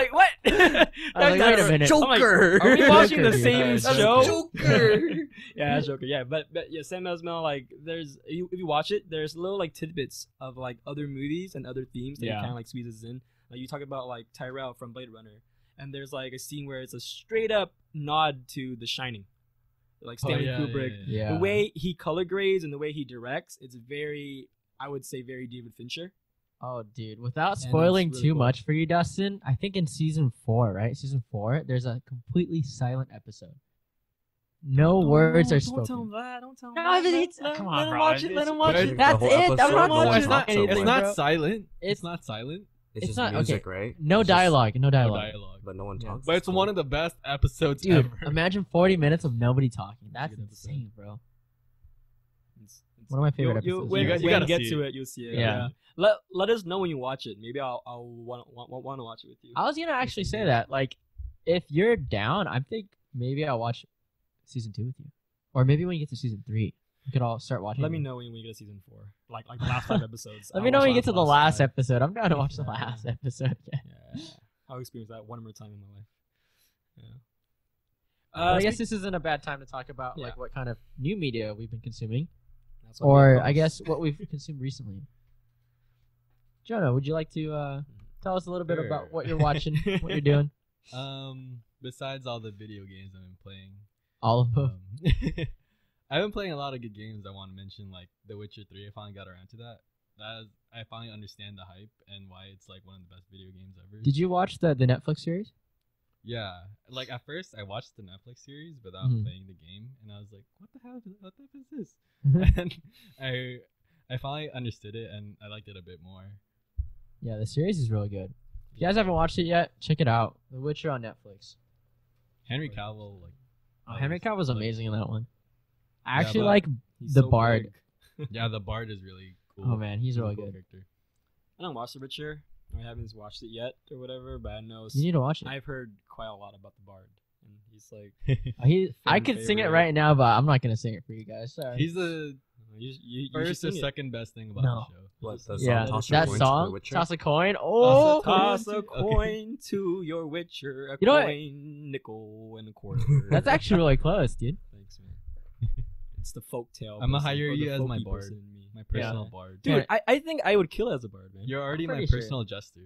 [SPEAKER 3] like, [laughs] what?
[SPEAKER 1] I was like, wait a
[SPEAKER 3] Taxi-
[SPEAKER 1] minute. Oh
[SPEAKER 3] I'm like, Are we watching the
[SPEAKER 1] Joker,
[SPEAKER 3] same [laughs]
[SPEAKER 1] dude.
[SPEAKER 4] That's
[SPEAKER 3] show?
[SPEAKER 4] Joker.
[SPEAKER 3] [laughs] yeah, that's Joker. Yeah, but but yeah, Sam Esmail. Like, there's if you, if you watch it, there's little like tidbits of like other movies and other themes that he
[SPEAKER 1] Yeah.
[SPEAKER 3] kind of like squeezes in. Like you talk about like Tyrell from Blade Runner, and there's like a scene where it's a straight up nod to The Shining, like
[SPEAKER 2] Oh,
[SPEAKER 3] Stanley
[SPEAKER 2] yeah, yeah,
[SPEAKER 3] Kubrick.
[SPEAKER 2] yeah.
[SPEAKER 1] yeah.
[SPEAKER 3] The way he color grades and the way he directs, it's very, I would say, very David Fincher.
[SPEAKER 1] Oh, dude! Without
[SPEAKER 3] it's
[SPEAKER 1] spoiling
[SPEAKER 3] really
[SPEAKER 1] too
[SPEAKER 3] cool.
[SPEAKER 1] much for you, Dustin, I think in season four, right? Season four, there's a completely silent episode. No words are spoken.
[SPEAKER 3] that. Don't tell him
[SPEAKER 1] No, that. it's- uh, Let- come let on, him bro, watch it, let him watch
[SPEAKER 2] it.
[SPEAKER 1] That's
[SPEAKER 4] The whole
[SPEAKER 1] it, that's
[SPEAKER 4] episode,
[SPEAKER 1] what I'm
[SPEAKER 4] no
[SPEAKER 1] watching.
[SPEAKER 4] one's
[SPEAKER 1] It's not-
[SPEAKER 4] talking.
[SPEAKER 1] it's
[SPEAKER 2] It's
[SPEAKER 1] not-
[SPEAKER 2] not
[SPEAKER 1] bro.
[SPEAKER 2] silent.
[SPEAKER 1] It's-
[SPEAKER 2] It's not silent.
[SPEAKER 4] It's just
[SPEAKER 1] not- okay.
[SPEAKER 4] music, right?
[SPEAKER 1] No
[SPEAKER 4] It's just-
[SPEAKER 1] dialogue. No
[SPEAKER 2] No
[SPEAKER 1] dialogue.
[SPEAKER 2] dialogue.
[SPEAKER 4] but no one
[SPEAKER 1] Yeah.
[SPEAKER 4] talks.
[SPEAKER 2] But it's one of the best episodes
[SPEAKER 1] Dude,
[SPEAKER 2] ever.
[SPEAKER 1] imagine 40 minutes of nobody talking. That's
[SPEAKER 2] good episode.
[SPEAKER 1] insane, bro. One of my
[SPEAKER 3] You'll-
[SPEAKER 1] favorite
[SPEAKER 3] you'll-
[SPEAKER 1] episodes.
[SPEAKER 3] when
[SPEAKER 2] You
[SPEAKER 3] you,
[SPEAKER 2] got- you
[SPEAKER 3] when
[SPEAKER 2] gotta
[SPEAKER 3] you get
[SPEAKER 2] see
[SPEAKER 3] to
[SPEAKER 2] it.
[SPEAKER 3] it, you'll see it.
[SPEAKER 1] Yeah.
[SPEAKER 3] Yeah. Let let us know when you watch it. Maybe I'll I'll want want want to watch it with you.
[SPEAKER 1] I was gonna actually say that. Like, if you're down, I think maybe I'll watch season two with you, or maybe when you get to season three, we could all start watching.
[SPEAKER 3] Let me
[SPEAKER 1] it.
[SPEAKER 3] know when we get to season four, like like the last
[SPEAKER 1] [laughs]
[SPEAKER 3] five episodes.
[SPEAKER 1] Hmm. Let
[SPEAKER 3] I
[SPEAKER 1] me know when you
[SPEAKER 3] watched
[SPEAKER 1] get to the last episode. I'm down to watch the [laughs]
[SPEAKER 3] Yeah.
[SPEAKER 1] last episode. Yeah.
[SPEAKER 3] five. Yeah, I'll experience that one more time in my life. Yeah.
[SPEAKER 1] Well,
[SPEAKER 3] Uh,
[SPEAKER 1] I guess
[SPEAKER 3] speak-
[SPEAKER 1] this isn't a bad time to talk about
[SPEAKER 3] Yeah.
[SPEAKER 1] like what kind of new media we've been consuming,
[SPEAKER 3] that's what
[SPEAKER 1] or
[SPEAKER 3] we-
[SPEAKER 1] I [laughs] guess what we've consumed recently. Jonah, would you like to uh, tell us a little bit about
[SPEAKER 2] Sure.
[SPEAKER 1] what you're
[SPEAKER 3] [laughs]
[SPEAKER 1] watching, what you're doing,
[SPEAKER 2] Um, besides all the video games I've been playing,
[SPEAKER 1] all of them?
[SPEAKER 2] um, [laughs] I've been playing a lot of good games. I want to mention like The Witcher Three. I finally got around to that. That is, I finally understand the hype and why it's like one of the best video games ever.
[SPEAKER 1] Did you watch the the Netflix series?
[SPEAKER 2] Yeah, like at first I watched the Netflix series without
[SPEAKER 1] Mhm.
[SPEAKER 2] playing the game, and I was like, "What the hell? What the heck is this?"
[SPEAKER 1] Mm-hmm.
[SPEAKER 2] [laughs] and I, I finally understood it, and I liked it a bit more.
[SPEAKER 1] Yeah, the series is really good. If you guys haven't watched it yet, check it out. The Witcher on Netflix.
[SPEAKER 2] Henry Cavill, like,
[SPEAKER 1] Oh, Henry Cavill was
[SPEAKER 2] like-
[SPEAKER 1] amazing in that one. I
[SPEAKER 2] Yeah,
[SPEAKER 1] actually
[SPEAKER 2] but-
[SPEAKER 1] like.
[SPEAKER 3] he's
[SPEAKER 1] the
[SPEAKER 3] so
[SPEAKER 1] Bard.
[SPEAKER 3] big.
[SPEAKER 2] yeah, the Bard is really cool.
[SPEAKER 1] Oh man, he's
[SPEAKER 2] a
[SPEAKER 1] really
[SPEAKER 2] cool
[SPEAKER 1] good.
[SPEAKER 2] Character.
[SPEAKER 3] I don't watch The Witcher. I haven't watched it yet or whatever, but I know
[SPEAKER 1] You need to watch it.
[SPEAKER 3] I've heard quite a lot about the Bard, and he's
[SPEAKER 1] [laughs]
[SPEAKER 3] like
[SPEAKER 1] Oh, he, I
[SPEAKER 3] fan
[SPEAKER 1] could sing it
[SPEAKER 3] favorite.
[SPEAKER 1] right now, but I'm not gonna sing it for you guys. Sorry.
[SPEAKER 2] He's the
[SPEAKER 3] you you, you should
[SPEAKER 2] first or
[SPEAKER 3] sing it.
[SPEAKER 2] second best thing about
[SPEAKER 1] No.
[SPEAKER 2] the show.
[SPEAKER 4] What, the song
[SPEAKER 1] yeah,
[SPEAKER 4] Toss Your
[SPEAKER 1] that
[SPEAKER 4] Coin to the
[SPEAKER 1] song,
[SPEAKER 4] Witcher?
[SPEAKER 1] toss a coin. Oh,
[SPEAKER 3] Toss a
[SPEAKER 2] Okay.
[SPEAKER 3] coin to your witcher, a
[SPEAKER 1] You know what?
[SPEAKER 3] coin, nickel, and a quarter.
[SPEAKER 1] that's actually really close,
[SPEAKER 2] [laughs]
[SPEAKER 1] dude. [laughs]
[SPEAKER 3] Thanks, man. It's the folktale.
[SPEAKER 2] I'ma
[SPEAKER 3] person,
[SPEAKER 2] hire
[SPEAKER 3] or the
[SPEAKER 2] you as my
[SPEAKER 3] folky
[SPEAKER 2] bard.
[SPEAKER 3] person in me.
[SPEAKER 2] My
[SPEAKER 3] Yeah.
[SPEAKER 2] personal Bard.
[SPEAKER 3] Dude,
[SPEAKER 1] Yeah.
[SPEAKER 3] I, I think I would kill as a bard, man.
[SPEAKER 2] You're already my
[SPEAKER 1] pretty sure.
[SPEAKER 2] personal jester.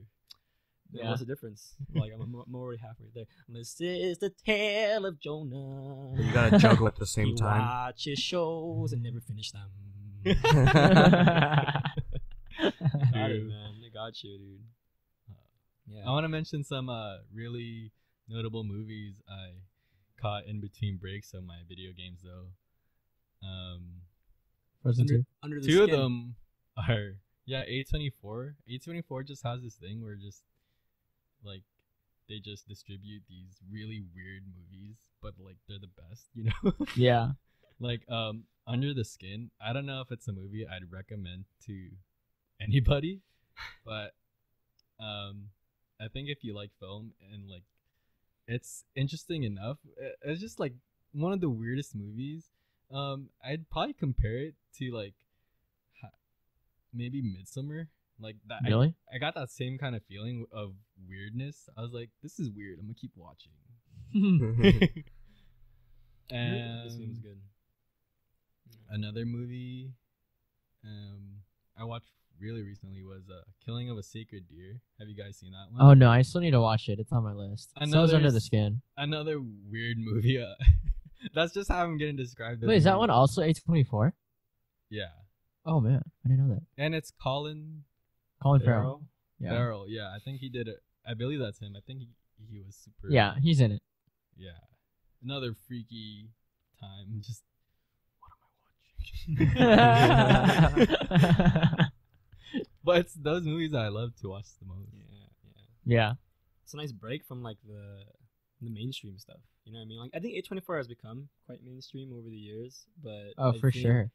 [SPEAKER 3] Yeah. What's the difference? [laughs] Like, I'm, I'm already halfway there. This is the tale of Jonah.
[SPEAKER 4] you gotta juggle at the
[SPEAKER 2] [laughs]
[SPEAKER 4] same
[SPEAKER 3] he
[SPEAKER 4] time.
[SPEAKER 3] watches shows and never finish them.
[SPEAKER 4] [laughs]
[SPEAKER 3] got it,
[SPEAKER 2] Dude.
[SPEAKER 3] man. I got you, dude. Yeah.
[SPEAKER 2] I want to mention some uh, really notable movies I caught in between breaks of my video games, though. Um,
[SPEAKER 1] Frozen
[SPEAKER 2] Under-
[SPEAKER 1] two.
[SPEAKER 3] Under the
[SPEAKER 2] two of
[SPEAKER 3] skin.
[SPEAKER 2] them are yeah a24 a24 just has this thing where just like they just distribute these really weird movies but like they're the best you know
[SPEAKER 1] Yeah.
[SPEAKER 2] like um under the skin i don't know if it's a movie i'd recommend to anybody but um i think if you like film and like it's interesting enough i- it's just like one of the weirdest movies um i'd probably compare it to like ha- maybe midsummer like that I-
[SPEAKER 1] Really?
[SPEAKER 2] I, got that same kind of feeling of weirdness i was like this is weird i'm gonna keep watching
[SPEAKER 4] [laughs]
[SPEAKER 2] and
[SPEAKER 3] This seems good.
[SPEAKER 2] another movie um I watched really recently was uh Killing of a Sacred Deer. Have you guys seen that one?
[SPEAKER 1] Oh no, I still need to watch it. It's on my list.
[SPEAKER 2] I
[SPEAKER 1] so
[SPEAKER 2] know
[SPEAKER 1] is Under the
[SPEAKER 2] there's-
[SPEAKER 1] Skin.
[SPEAKER 2] Another weird movie. Uh, [laughs] that's just how I'm getting described. as
[SPEAKER 1] Wait, is that
[SPEAKER 2] weird.
[SPEAKER 1] one also A twenty four?
[SPEAKER 2] Yeah.
[SPEAKER 1] Oh man, I didn't know that.
[SPEAKER 2] And it's Colin
[SPEAKER 1] Colin Farrell.
[SPEAKER 2] Farrell.
[SPEAKER 1] Yeah.
[SPEAKER 2] Farrell, yeah. I think he did it. I believe that's him. I think he, he was super
[SPEAKER 1] Yeah, he's
[SPEAKER 2] [laughs]
[SPEAKER 1] in it. [laughs]
[SPEAKER 2] Yeah. Another freaky
[SPEAKER 1] [laughs]
[SPEAKER 2] time. Just [laughs] what am I watching? but it's those movies that I love to watch the most.
[SPEAKER 3] Yeah, yeah.
[SPEAKER 1] yeah.
[SPEAKER 3] It's a nice break from like the the mainstream stuff. You know what I mean? Like I think A24 has become quite mainstream over the years, but
[SPEAKER 1] Oh,
[SPEAKER 3] I
[SPEAKER 1] for
[SPEAKER 3] think-
[SPEAKER 1] sure.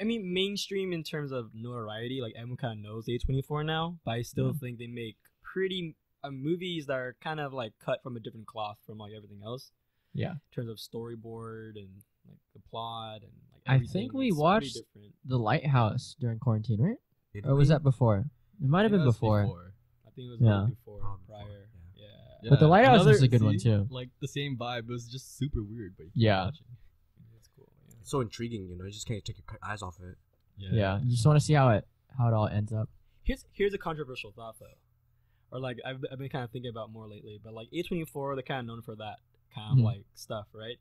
[SPEAKER 3] I mean, mainstream in terms of notoriety, like everyone kind of knows A24 now, but I still think they make pretty uh, movies that are kind of like cut from a different cloth from like everything else.
[SPEAKER 1] Yeah.
[SPEAKER 3] In terms of storyboard and like the plot and like
[SPEAKER 1] I
[SPEAKER 3] everything,
[SPEAKER 1] think we
[SPEAKER 3] it's pretty
[SPEAKER 1] watched-
[SPEAKER 3] different.
[SPEAKER 1] The Lighthouse during quarantine, right?
[SPEAKER 4] Did
[SPEAKER 1] Or was
[SPEAKER 4] we?
[SPEAKER 1] that before? It might
[SPEAKER 2] I
[SPEAKER 1] have
[SPEAKER 2] think
[SPEAKER 1] been
[SPEAKER 2] that's
[SPEAKER 1] before.
[SPEAKER 3] I think it was
[SPEAKER 1] Yeah.
[SPEAKER 3] yeah. before,
[SPEAKER 4] Oh, before,
[SPEAKER 3] prior. Yeah.
[SPEAKER 1] But the
[SPEAKER 2] Yeah.
[SPEAKER 1] Lighthouse
[SPEAKER 2] Another-
[SPEAKER 1] is a good one,
[SPEAKER 2] see?
[SPEAKER 1] too.
[SPEAKER 2] Like the same vibe, it was just super weird, but you keep
[SPEAKER 1] Yeah.
[SPEAKER 2] watching.
[SPEAKER 3] That's cool. Yeah.
[SPEAKER 4] [laughs] It's so intriguing, you know. You just can't take your c- eyes off it.
[SPEAKER 1] Yeah. You just want to see how it how it all ends up.
[SPEAKER 3] Here's here's a controversial thought though, or like I've, I've been kind of thinking about more lately. But like A twenty four, they're kind of known for that kind of
[SPEAKER 1] Mhm.
[SPEAKER 3] like stuff, right?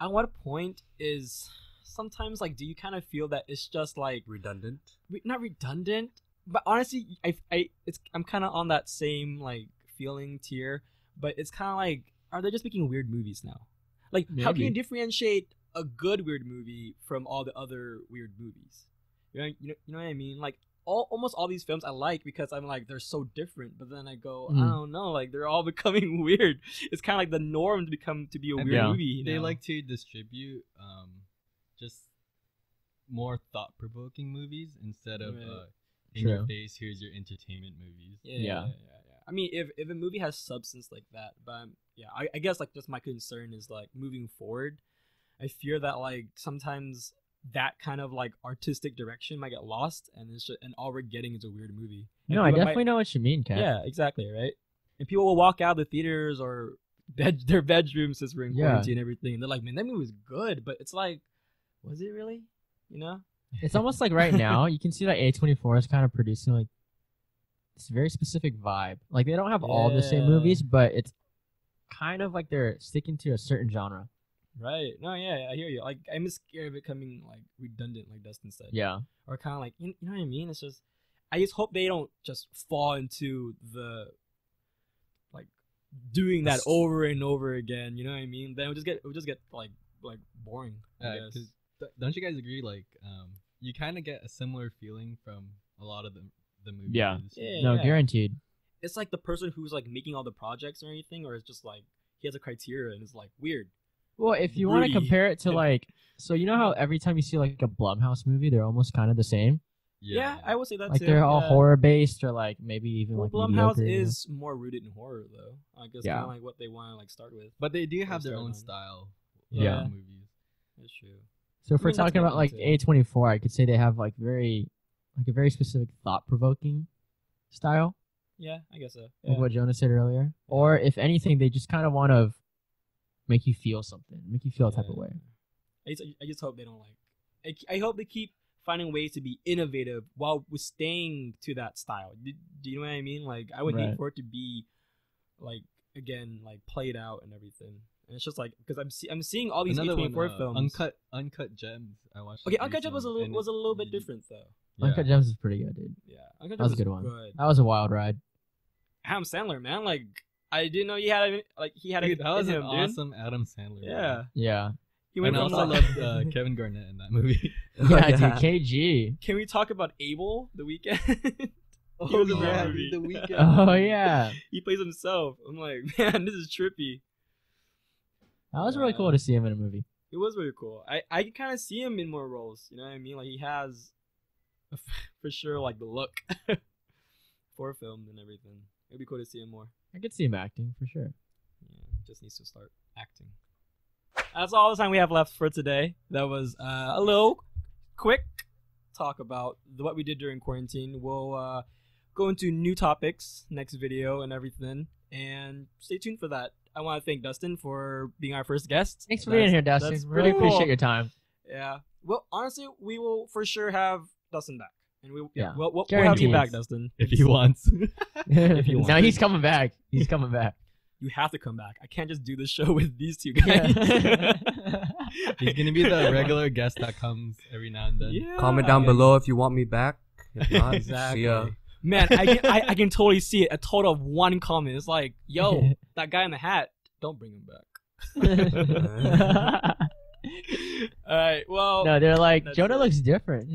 [SPEAKER 3] At what point is sometimes like do you kind of feel that it's just like
[SPEAKER 4] Redundant.
[SPEAKER 3] re- not redundant, but honestly, I I it's I'm kind of on that same like feeling tier. But it's kind of like are they just making weird movies now? Like how can you
[SPEAKER 2] Maybe.
[SPEAKER 3] differentiate a good weird movie from all the other weird movies? You know, you know, you know what I mean? Like all almost all these films I like because I'm like they're so different. But then I go, I
[SPEAKER 2] Hmm.
[SPEAKER 1] Mm.
[SPEAKER 3] don't know, like they're all [laughs] becoming weird. It's kind of like the norm to become to be a
[SPEAKER 2] And
[SPEAKER 3] weird
[SPEAKER 1] yeah.
[SPEAKER 3] movie.
[SPEAKER 2] They
[SPEAKER 3] now.
[SPEAKER 2] like to distribute um, just more thought provoking movies instead of
[SPEAKER 3] Right.
[SPEAKER 2] uh, in your
[SPEAKER 1] True.
[SPEAKER 2] face, here's your entertainment movies.
[SPEAKER 3] yeah,
[SPEAKER 1] Yeah.
[SPEAKER 3] yeah, yeah, yeah. I mean, if if a movie has substance like that, but um, yeah, I, I guess like just my concern is like moving forward, I fear that like sometimes that kind of like artistic direction might get lost, and it's just, and all we're getting is a weird movie. And
[SPEAKER 1] No, I
[SPEAKER 3] people might-
[SPEAKER 1] definitely know what you mean, Kat.
[SPEAKER 3] yeah, exactly, right. And people will walk out of the theaters or bed [laughs] their bedrooms since we're in
[SPEAKER 1] Yeah.
[SPEAKER 3] quarantine and everything, and they're like, man, that movie was good, but it's like, was it really? You know?
[SPEAKER 1] It's almost like right now you can see that A24 is kind of producing like this very specific vibe. Like they don't have all the same
[SPEAKER 3] Yeah.
[SPEAKER 1] movies, but it's kind of like they're sticking to a certain genre.
[SPEAKER 3] Right. No, yeah, I hear you. Like, I'm just scared of it coming like redundant, like Dustin said.
[SPEAKER 1] Yeah.
[SPEAKER 3] or kind of like you, you know what I mean. It's just I just hope they don't just fall into the like doing that
[SPEAKER 4] That's-
[SPEAKER 3] over and over again. You know what I mean? Then it'll just get it'll just get like like boring. I
[SPEAKER 2] Uh,
[SPEAKER 3] guess.
[SPEAKER 2] 'cause d- don't you guys agree? Like, um, you kind of get a similar feeling from a lot of the, the movies.
[SPEAKER 1] Yeah.
[SPEAKER 2] in this year.
[SPEAKER 3] Yeah,
[SPEAKER 1] No, guaranteed.
[SPEAKER 3] It's like the person who's like making all the projects or anything, or it's just like he has a criteria and it's like weird.
[SPEAKER 1] Well, if you want to
[SPEAKER 3] Three.
[SPEAKER 1] compare it to
[SPEAKER 3] Yeah.
[SPEAKER 1] like so you know how every time you see like a Blumhouse movie, they're almost kind of the same.
[SPEAKER 3] Yeah, I would say that
[SPEAKER 1] like
[SPEAKER 3] too.
[SPEAKER 1] they're all
[SPEAKER 3] yeah.
[SPEAKER 1] horror based or like maybe even
[SPEAKER 3] Well,
[SPEAKER 1] like
[SPEAKER 3] Blumhouse
[SPEAKER 1] mediocre, you know?
[SPEAKER 3] is more rooted in horror though. I guess
[SPEAKER 1] Yeah.
[SPEAKER 3] kind of like what they want to like start with.
[SPEAKER 2] But they do have
[SPEAKER 3] Or
[SPEAKER 2] their own
[SPEAKER 3] storyline.
[SPEAKER 2] style. of
[SPEAKER 1] Yeah.
[SPEAKER 2] Movies.
[SPEAKER 3] That's true.
[SPEAKER 1] So if
[SPEAKER 3] I
[SPEAKER 1] we're
[SPEAKER 3] mean, that's
[SPEAKER 1] talking about like
[SPEAKER 3] different
[SPEAKER 1] A twenty four, I could say they have like very like a very specific thought provoking style,
[SPEAKER 3] Yeah, I guess so.
[SPEAKER 1] like
[SPEAKER 3] Yeah.
[SPEAKER 1] what Jonah said earlier. Or if anything, they just kind of want to make you feel something, make you feel a type of
[SPEAKER 3] Yeah.
[SPEAKER 1] way.
[SPEAKER 3] I just, I just hope they don't like. I, k- I hope they keep finding ways to be innovative while with staying to that style. Do, do you know what I mean? Like I would
[SPEAKER 1] Right.
[SPEAKER 3] hate for it to be, like again, like played out and everything. And it's just like because I'm see, I'm seeing all these
[SPEAKER 2] Another
[SPEAKER 3] A24
[SPEAKER 2] one, uh,
[SPEAKER 3] films.
[SPEAKER 2] Uncut, Uncut Gems. I watched.
[SPEAKER 3] Okay,
[SPEAKER 2] that
[SPEAKER 3] Uncut Gems was a
[SPEAKER 2] recently,
[SPEAKER 3] little
[SPEAKER 2] and
[SPEAKER 3] was a little bit
[SPEAKER 2] really-
[SPEAKER 3] different though.
[SPEAKER 2] Yeah.
[SPEAKER 1] Uncut Gems is pretty good, dude.
[SPEAKER 3] Yeah, Uncut
[SPEAKER 1] That was a
[SPEAKER 3] Gems
[SPEAKER 1] good one. That was a wild ride.
[SPEAKER 3] Adam Sandler, man, like I didn't know he had a- like he had
[SPEAKER 2] Dude,
[SPEAKER 3] a
[SPEAKER 2] that was
[SPEAKER 3] in
[SPEAKER 2] an
[SPEAKER 3] him, dude.
[SPEAKER 2] awesome Adam Sandler. movie.
[SPEAKER 1] [laughs]
[SPEAKER 3] Yeah,
[SPEAKER 1] Yeah,
[SPEAKER 3] He
[SPEAKER 2] And
[SPEAKER 3] went
[SPEAKER 2] I
[SPEAKER 3] from
[SPEAKER 2] also
[SPEAKER 3] like-
[SPEAKER 2] loved uh, Kevin Garnett in that movie.
[SPEAKER 1] [laughs]
[SPEAKER 2] [laughs]
[SPEAKER 4] [laughs]
[SPEAKER 1] Oh, Yeah, dude, [laughs] KG.
[SPEAKER 3] Can we talk about Abel the weekend? [laughs]
[SPEAKER 2] Oh,
[SPEAKER 4] [laughs]
[SPEAKER 3] was in
[SPEAKER 2] yeah,
[SPEAKER 3] that movie.
[SPEAKER 2] The
[SPEAKER 1] [laughs]
[SPEAKER 2] Weeknd.
[SPEAKER 1] Oh yeah,
[SPEAKER 3] he plays himself. [laughs] I'm like, man, this is trippy.
[SPEAKER 1] that was really
[SPEAKER 3] Yeah.
[SPEAKER 1] cool to see him in a movie.
[SPEAKER 3] It was really cool. I I can kind of see him in more roles. You know what I mean? Like he has, [laughs] for sure, like the look [laughs] for film and everything. It'd be cool to see him more.
[SPEAKER 1] I could see him acting for sure.
[SPEAKER 3] Yeah, he just needs to start acting. That's all the time we have left for today. That was uh, a little quick talk about the, what we did during quarantine. We'll uh, go into new topics next video and everything. And stay tuned for that. I want to thank Dustin for being our first guest.
[SPEAKER 1] Thanks for being here,
[SPEAKER 3] That's-
[SPEAKER 1] Dustin.
[SPEAKER 3] that's
[SPEAKER 1] Really
[SPEAKER 3] pretty cool.
[SPEAKER 1] appreciate your [laughs] time.
[SPEAKER 3] Yeah. Well, honestly, we will for sure have Dustin back, and we yeah.
[SPEAKER 1] Yeah.
[SPEAKER 3] We'll, we'll, we'll have you
[SPEAKER 1] Guaranteed.
[SPEAKER 3] back, Dustin.
[SPEAKER 2] if he wants. [laughs]
[SPEAKER 3] you want.
[SPEAKER 1] now he's coming back. He's coming [laughs] back.
[SPEAKER 3] [laughs] you have to come back. I can't just do the show [laughs] with these two guys.
[SPEAKER 1] [laughs]
[SPEAKER 2] He's gonna be
[SPEAKER 3] [laughs]
[SPEAKER 2] the regular guest that comes every now and then.
[SPEAKER 3] Yeah.
[SPEAKER 4] Comment down
[SPEAKER 3] Yeah.
[SPEAKER 4] below if you want me back.
[SPEAKER 1] [laughs]
[SPEAKER 4] If not, see ya.
[SPEAKER 2] Exactly.
[SPEAKER 3] Man, I can, I,
[SPEAKER 4] [laughs]
[SPEAKER 3] I can totally see it. A total of one comment. It's like, yo, that guy in the hat, don't bring him back.
[SPEAKER 1] [laughs]
[SPEAKER 3] [laughs] All right. Well,
[SPEAKER 1] no, they're like
[SPEAKER 3] That's
[SPEAKER 1] Jonah
[SPEAKER 3] it.
[SPEAKER 1] looks different.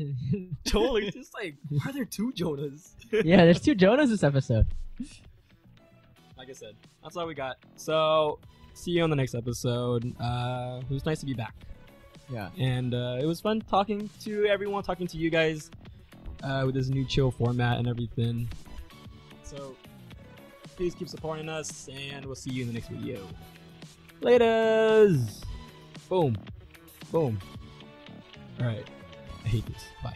[SPEAKER 3] totally.
[SPEAKER 4] [laughs]
[SPEAKER 3] It's just like, why are there two Jonas?
[SPEAKER 1] yeah, there's two Jonas this episode.
[SPEAKER 3] like I said, that's all we got. So, see you on the next episode. Uh, it was nice to be back.
[SPEAKER 1] Yeah.
[SPEAKER 3] and uh, it was fun talking to everyone, talking to you guys uh, with this new chill format and everything. So please keep supporting us, and we'll see you in the next video. Laters! Boom, boom. All right, I hate this. Bye.